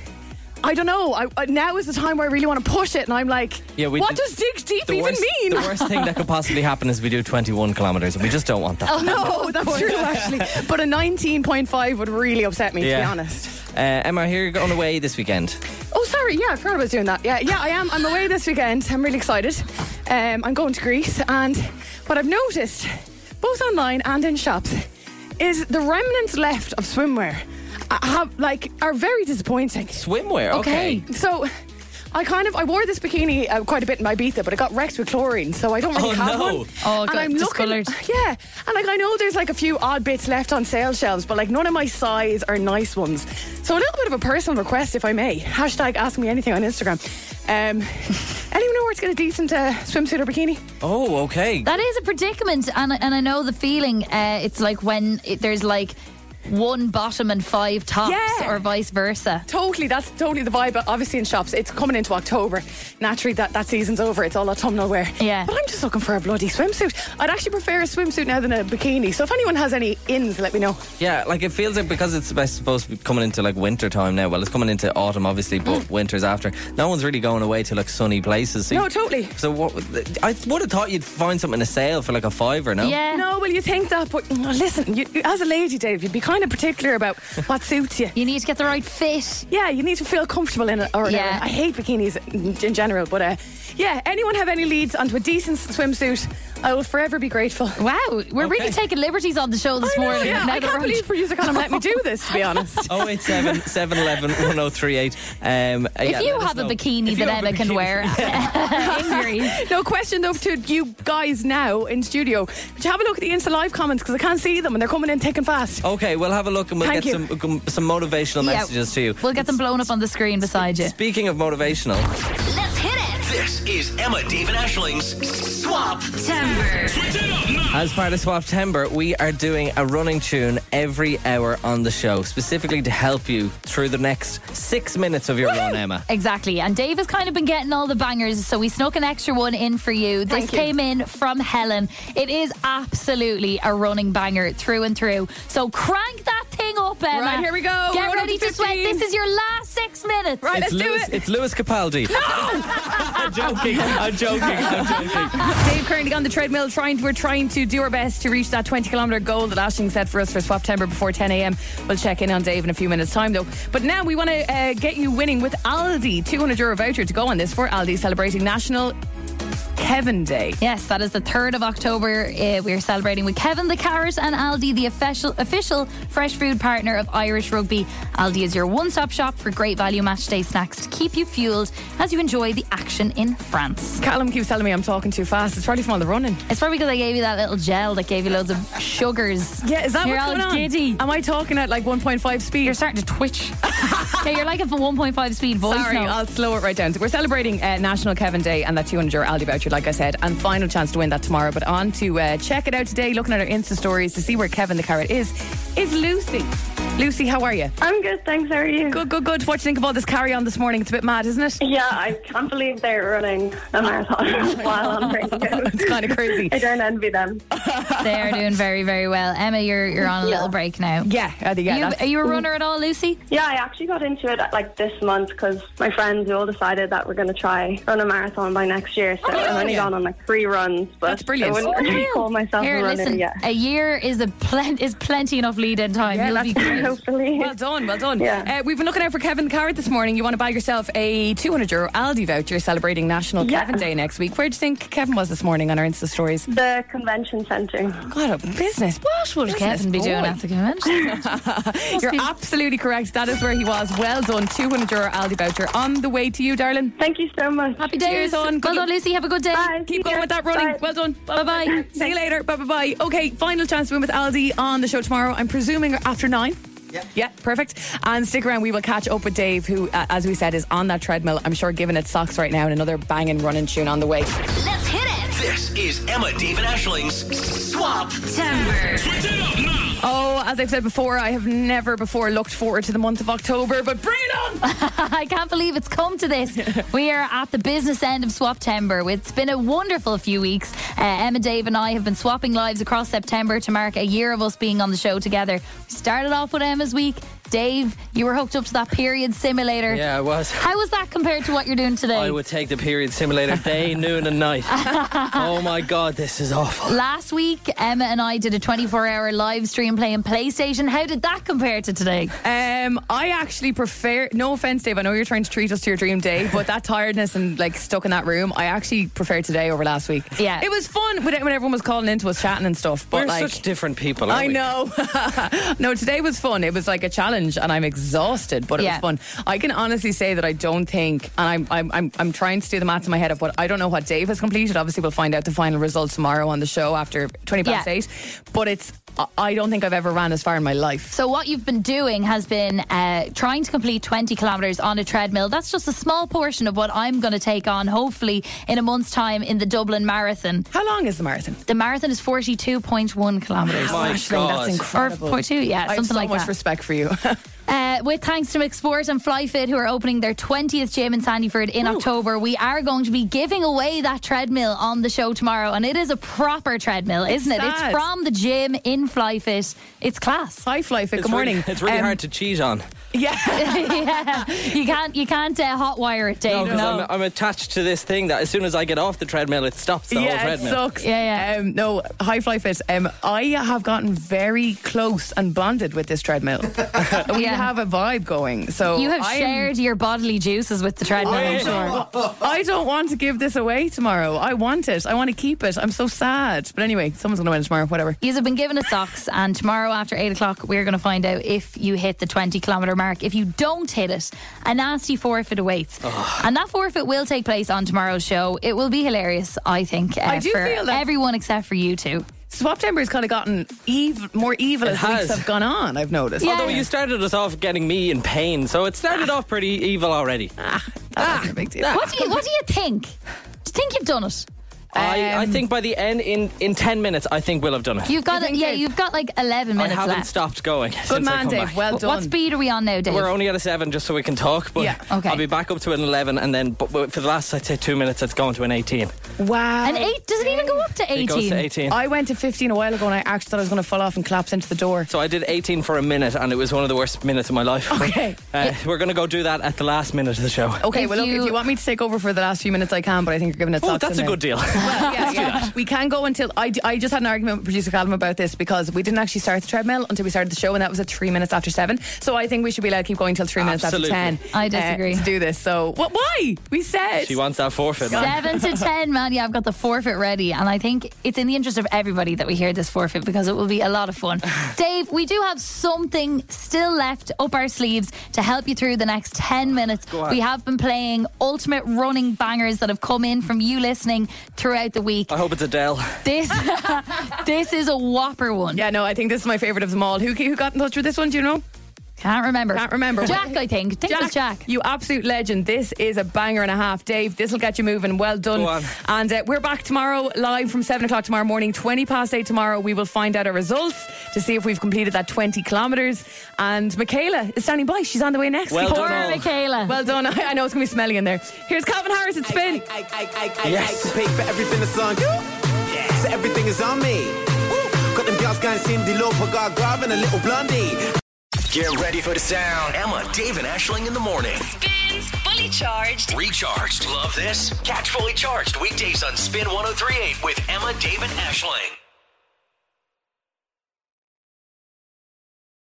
C: I don't know. I, I, now is the time where I really want to push it, and I'm like,
D: Yeah, we
C: what
D: did-
C: does dig deep
D: the
C: even
D: worst,
C: mean?
D: The worst thing that could possibly happen is we do 21 kilometers, and we just don't want that.
C: Oh no, that's true actually. But a 19.5 would really upset me, to be
D: Yeah.
C: honest.
D: Uh, Emma, here you're going away this weekend.
C: Oh, sorry. Yeah, I forgot I was doing that. Yeah, yeah, I am. I'm away this weekend. I'm really excited. Um, I'm going to Greece, and what I've noticed, both online and in shops, is the remnants left of swimwear uh, have like are very disappointing.
D: Swimwear, okay.
C: So. I kind of I wore this bikini uh, quite a bit in my Ibiza, but it got wrecked with chlorine, so I don't really
E: Oh,
C: have
E: no.
C: one.
E: Oh, it
C: and
E: got
C: I'm
E: discoloured.
C: looking, yeah. And like I know there's like a few odd bits left on sale shelves, but like none of my size are nice ones. So a little bit of a personal request, if I may. Hashtag ask me anything on Instagram. Um, anyone know where to get a decent uh, swimsuit or bikini?
D: Oh, okay.
E: That is a predicament, and and I know the feeling. Uh, it's like when it, there's like one bottom and five tops,
C: Yeah.
E: or vice versa.
C: Totally, that's totally the vibe. But obviously in shops, it's coming into October. Naturally, that, that season's over. It's all autumnal wear. Yeah. But I'm just looking for a bloody swimsuit. I'd actually prefer a swimsuit now than a bikini. So if anyone has any ins, let me know.
D: Yeah, like it feels like because it's about- supposed to be coming into like winter time now. Well, it's coming into autumn, obviously,
E: Mm.
D: but winter's after. No one's really going away to like sunny places. So
C: No, totally.
D: So what? I would have thought you'd find something to sale for like a fiver, Oh. no?
C: No, well, you think that, but mm, listen, you, you- as a lady, Dave, you'd be kind of particular about what suits you.
E: You need to get the right fit.
C: Yeah, you need to feel comfortable in it. Or in it.
E: Yeah.
C: I hate bikinis in- in general, but uh, yeah, anyone have any leads onto a decent swimsuit? I will forever be grateful.
E: Wow, we're really taking liberties on the show this
C: I know,
E: morning.
C: Yeah,
E: Now
C: I
E: that we're
C: can't
E: on-
C: believe producer Connor let me do this. To be honest.
D: 087 711 1038. Um,
E: If
D: yeah,
E: you
D: let us
E: have a
D: know.
E: bikini
D: If you
E: that
D: have
E: Emma
D: a
E: can
D: bikini.
E: wear,
C: no question though to you guys now in studio. But you have a look at the Insta Live comments because I can't see them and they're coming in thick and fast.
D: Okay, we'll have a look and we'll
C: Thank
D: get
C: you.
D: some com- some motivational
E: Yeah.
D: messages to you.
E: we'll get them blown up on the screen beside you.
D: Speaking of motivational,
R: Let's hit it.
A: This is Emma, Dave, and Ashling's Swap
R: Timber.
A: Switch it up now.
D: As part of Swaptember, we are doing a running tune every hour on the show, specifically to help you through the next six minutes of your run, Emma.
E: Exactly. And Dave has kind of been getting all the bangers, so we snuck an extra one in for you. This
C: Thank you.
E: came in from Helen. It is absolutely a running banger through and through. So crank that thing up, Emma.
C: Right, here we go.
E: Get
C: We're going up
E: ready
C: to
E: to, sweat.
C: 15.
E: This is your last six minutes.
C: Right,
D: it's Lewis, It's Lewis Capaldi. I'm joking. I'm joking. I'm joking.
S: Dave currently on the treadmill trying to, we're trying to do our best to reach that 20 kilometre goal that Ashing set for us for Swaptember before 10 a.m. We'll check in on Dave in a few minutes time though. But now we want to uh, get you winning with Aldi 200 euro voucher to go on this for Aldi celebrating National Kevin Day.
E: Yes, that is the 3rd of October. Uh, we are celebrating with Kevin the Carrot and Aldi, the official, official fresh food partner of Irish rugby. Aldi is your one stop shop for great value match day snacks to keep you fueled as you enjoy the action in France.
S: Callum keeps telling me I'm talking too fast. It's probably from all the running.
E: It's probably because I gave you that little gel that gave you loads of sugars.
S: Yeah, is that
E: You're
S: what's
E: all
S: going on?
E: giddy.
S: Am I talking at like 1.5 speed? You're
E: starting to twitch. yeah, you're like a 1.5 speed voice
S: Sorry, uh,
E: note.
S: I'll slow it right down. We're celebrating uh, National Kevin Day and that 200 euro Aldi voucher, like I said, and final chance to win that tomorrow. But on to uh, check it out today, looking at our Insta stories to see where Kevin the Carrot is, is Lucy. Lucy, how are you?
I: I'm good, thanks. How are you?
S: Good, good, good. What do you think of all this carry on this morning? It's a bit mad, isn't it?
I: Yeah, I can't believe they're running a
S: Oh
I: marathon while on radio. it's
S: kind of crazy.
I: I don't envy them.
E: they are doing very, very well. Emma, you're you're on a little break now.
S: Yeah, I think, yeah,
E: you,
S: that's-
E: are you a runner at all, Lucy?
I: Yeah, I actually got into it like this month because my friends we all decided that we're going to try run a marathon by next year. So I've only gone on like three runs, but
S: Oh, That's brilliant. Oh,
I: I wouldn't really call myself
E: Here,
I: a runner
E: listen.
I: yet.
E: A year is a plen- is plenty enough lead in time.
S: Yeah,
E: You'll
S: that's
E: be good.
I: Hopefully.
S: Well done, well done. Uh, we've been looking out for Kevin the Carrot this morning. You want to buy yourself a 200 euro Aldi voucher celebrating National
I: Yeah.
S: Kevin Day next week. Where do you think Kevin was this morning on our Insta stories?
I: The convention centre.
S: God, a business. What would
E: Kevin be doing at the convention?
S: You're absolutely correct. That is where he was. Well done. 200 euro Aldi voucher on the way to you, darling.
I: Thank you so much.
E: Happy
S: Cheers
E: days.
S: on.
E: Well done, Lucy. Have a good day.
S: Keep going with that running.
E: Bye.
S: Well done. Bye bye. See you later. Bye bye bye. Okay, final chance to win with Aldi on the show tomorrow. I'm presuming after nine. Yeah. Yeah, perfect. And stick around. We will catch up with Dave, who, uh, as we said, is on that treadmill. I'm sure giving it socks right now and another banging running tune on the way.
R: Let's hit it.
A: This is Emma, Dave, and Ashling's Swap
B: Timber.
A: Switch it up now.
C: Oh, as I've said before, I have never before looked forward to the month of October, but bring it on!
E: I can't believe it's come to this. We are at the business end of Swaptember. It's been a wonderful few weeks. Uh, Emma, Dave, and I have been swapping lives across September to mark a year of us being on the show together. We started off with Emma's week. Dave, you were hooked up to that period simulator.
D: Yeah, I was.
E: How was that compared to what you're doing today?
D: I would take the period simulator day, noon, and night. oh my god, this is awful.
E: Last week, Emma and I did a 24 hour live stream playing PlayStation. How did that compare to today?
C: Um, I actually prefer. No offense, Dave. I know you're trying to treat us to your dream day, but that tiredness and like stuck in that room, I actually prefer today over last week.
E: Yeah.
C: it was fun when, when everyone was calling into us, chatting and stuff. But
D: We're
C: like,
D: such different people. Aren't
C: I
D: we?
C: know. no, today was fun. It was like a challenge, and I'm exhausted, but it
E: Yeah.
C: was fun. I can honestly say that I don't think, and I'm I'm I'm, I'm trying to do the maths in my head of what I don't know what Dave has completed. Obviously, we'll find out the final results tomorrow on the show after twenty past
E: Yeah.
C: eight. But it's I- I don't think I've ever ran as far in my life.
E: So what you've been doing has been uh, trying to complete 20 kilometers on a treadmill. That's just a small portion of what I'm going to take on, hopefully in a month's time in the Dublin Marathon.
C: How long is the marathon?
E: The marathon is 42.1 kilometers.
C: My Ashley, God. that's incredible.
E: Or 42, yeah,
C: I have
E: something
C: so
E: like
C: much
E: that.
C: respect for you.
E: Uh, with thanks to McSport and FlyFit, who are opening their 20th gym in Sandyford in October, we are going to be giving away that treadmill on the show tomorrow. And it is a proper treadmill, isn't it? It's
C: sad.
E: from the gym in FlyFit. It's class.
C: Hi, Flyfit. Good
D: It's really-
C: morning.
D: it's really
C: Um,
D: hard to cheat on.
C: Yeah.
E: yeah, you can't you can't uh, hotwire it, Dave. No,
D: 'Cause I'm, I'm attached to this thing that as soon as I get off the treadmill, it stops the whole
C: yeah, it
D: treadmill.
C: sucks.
E: Yeah,
C: Um, no, high fly fit. Um, I have gotten very close and bonded with this treadmill. we
E: Yeah.
C: have a vibe going. So
E: you have
C: I am-
E: shared your bodily juices with the treadmill. I'm sure.
C: I don't want to give this away tomorrow. I want it. I want to keep it. I'm so sad. But anyway, someone's going to win it tomorrow. Whatever.
E: You have been given us socks, and tomorrow after eight o'clock, we're going to find out if you hit the 20 kilometre mark. If you don't hit it, a nasty forfeit awaits. And that forfeit will take place on tomorrow's show. It will be hilarious, I think, uh,
C: I do
E: for
C: feel that-
E: everyone except for you two.
C: Swaptember has kind of gotten ev- more evil
D: It
C: as
D: has.
C: weeks have gone on. I've noticed.
E: Yeah.
D: Although you started us off getting me in pain, so it started off pretty evil already.
C: That's a big deal.
E: What do you, what do you think? Do you think you've done it?
D: I, I
C: Um,
D: think by the end, in, in 10 minutes, I think we'll have done it.
E: You've got,
C: You think
E: yeah,
C: so?
E: you've got like 11
D: I
E: minutes
D: haven't
E: left.
D: stopped going.
C: Good
D: since I
C: man,
D: come
C: Dave.
D: back.
C: Well
E: What-
C: done.
E: what speed are we on now, Dave?
D: We're only at a seven just so we can talk, but
C: Yeah,
E: okay.
D: I'll be back up to an 11, and then but, but for the last, I'd say, two minutes, it's going to an 18.
C: wow.
E: An eight? Does it even go up to 18?
D: It goes to 18.
C: I went to 15 a while ago and I actually thought I was going to fall off and collapse into the door.
D: so I did 18 for a minute, and it was one of the worst minutes of my life.
C: Okay. Oh,
D: Uh, we're going to go do that at the last minute of the show.
C: Okay,
E: If
C: well, look,
E: you-
C: if you want me to take over for the last few minutes, I can, but I think you're giving it
D: Oh,
C: socks
D: that's
C: in
D: a
C: now.
D: good deal.
C: Well, yeah, yeah. We can go until I, d- I just had an argument with producer Callum about this because we didn't actually start the treadmill until we started the show, and that was at three minutes after seven. So I think we should be allowed to keep going till three minutes
D: Absolutely.
C: after ten.
E: I
C: uh,
E: disagree.
C: to do this. So what? Why? We said
D: she wants that forfeit, man.
E: Seven to ten, man. Yeah, I've got the forfeit ready, and I think it's in the interest of everybody that we hear this forfeit because it will be a lot of fun. Dave, we do have something still left up our sleeves to help you through the next ten minutes. We have been playing ultimate running bangers that have come in from you listening throughout the week.
D: I hope it's Adele.
E: This, this is a whopper one.
C: Yeah, no, I think this is my favorite of them all. Who who got in touch with this one? Do you know?
E: Can't remember.
C: Can't remember.
E: Jack, I think. think it was Jack.
C: you absolute legend. This is a banger and a half, Dave. This will get you moving. Well done.
D: Go on.
C: And uh, we're back tomorrow, live from seven o'clock tomorrow morning, twenty past eight tomorrow. We will find out our results to see if we've completed that twenty kilometers. And Michaela is standing by. She's on the way next.
D: Well
C: Keep-
D: done,
E: Poor
D: all.
E: Michaela.
C: Well done. I, I know it's gonna be smelly in there. Here's Calvin Harris. It's been.
A: I, I, I, I,
D: Yes.
A: I can pay for everything that's on you. So everything is on me. Got them girls going Cindy Lauper, God Grab and a little blondie.
T: Get ready for the sound.
A: Emma, Dave, and Ashling in the morning.
B: Spins fully charged.
T: Recharged.
A: oh Love this? Catch Fully Charged weekdays on Spin 1038 with Emma, Dave, and Ashling.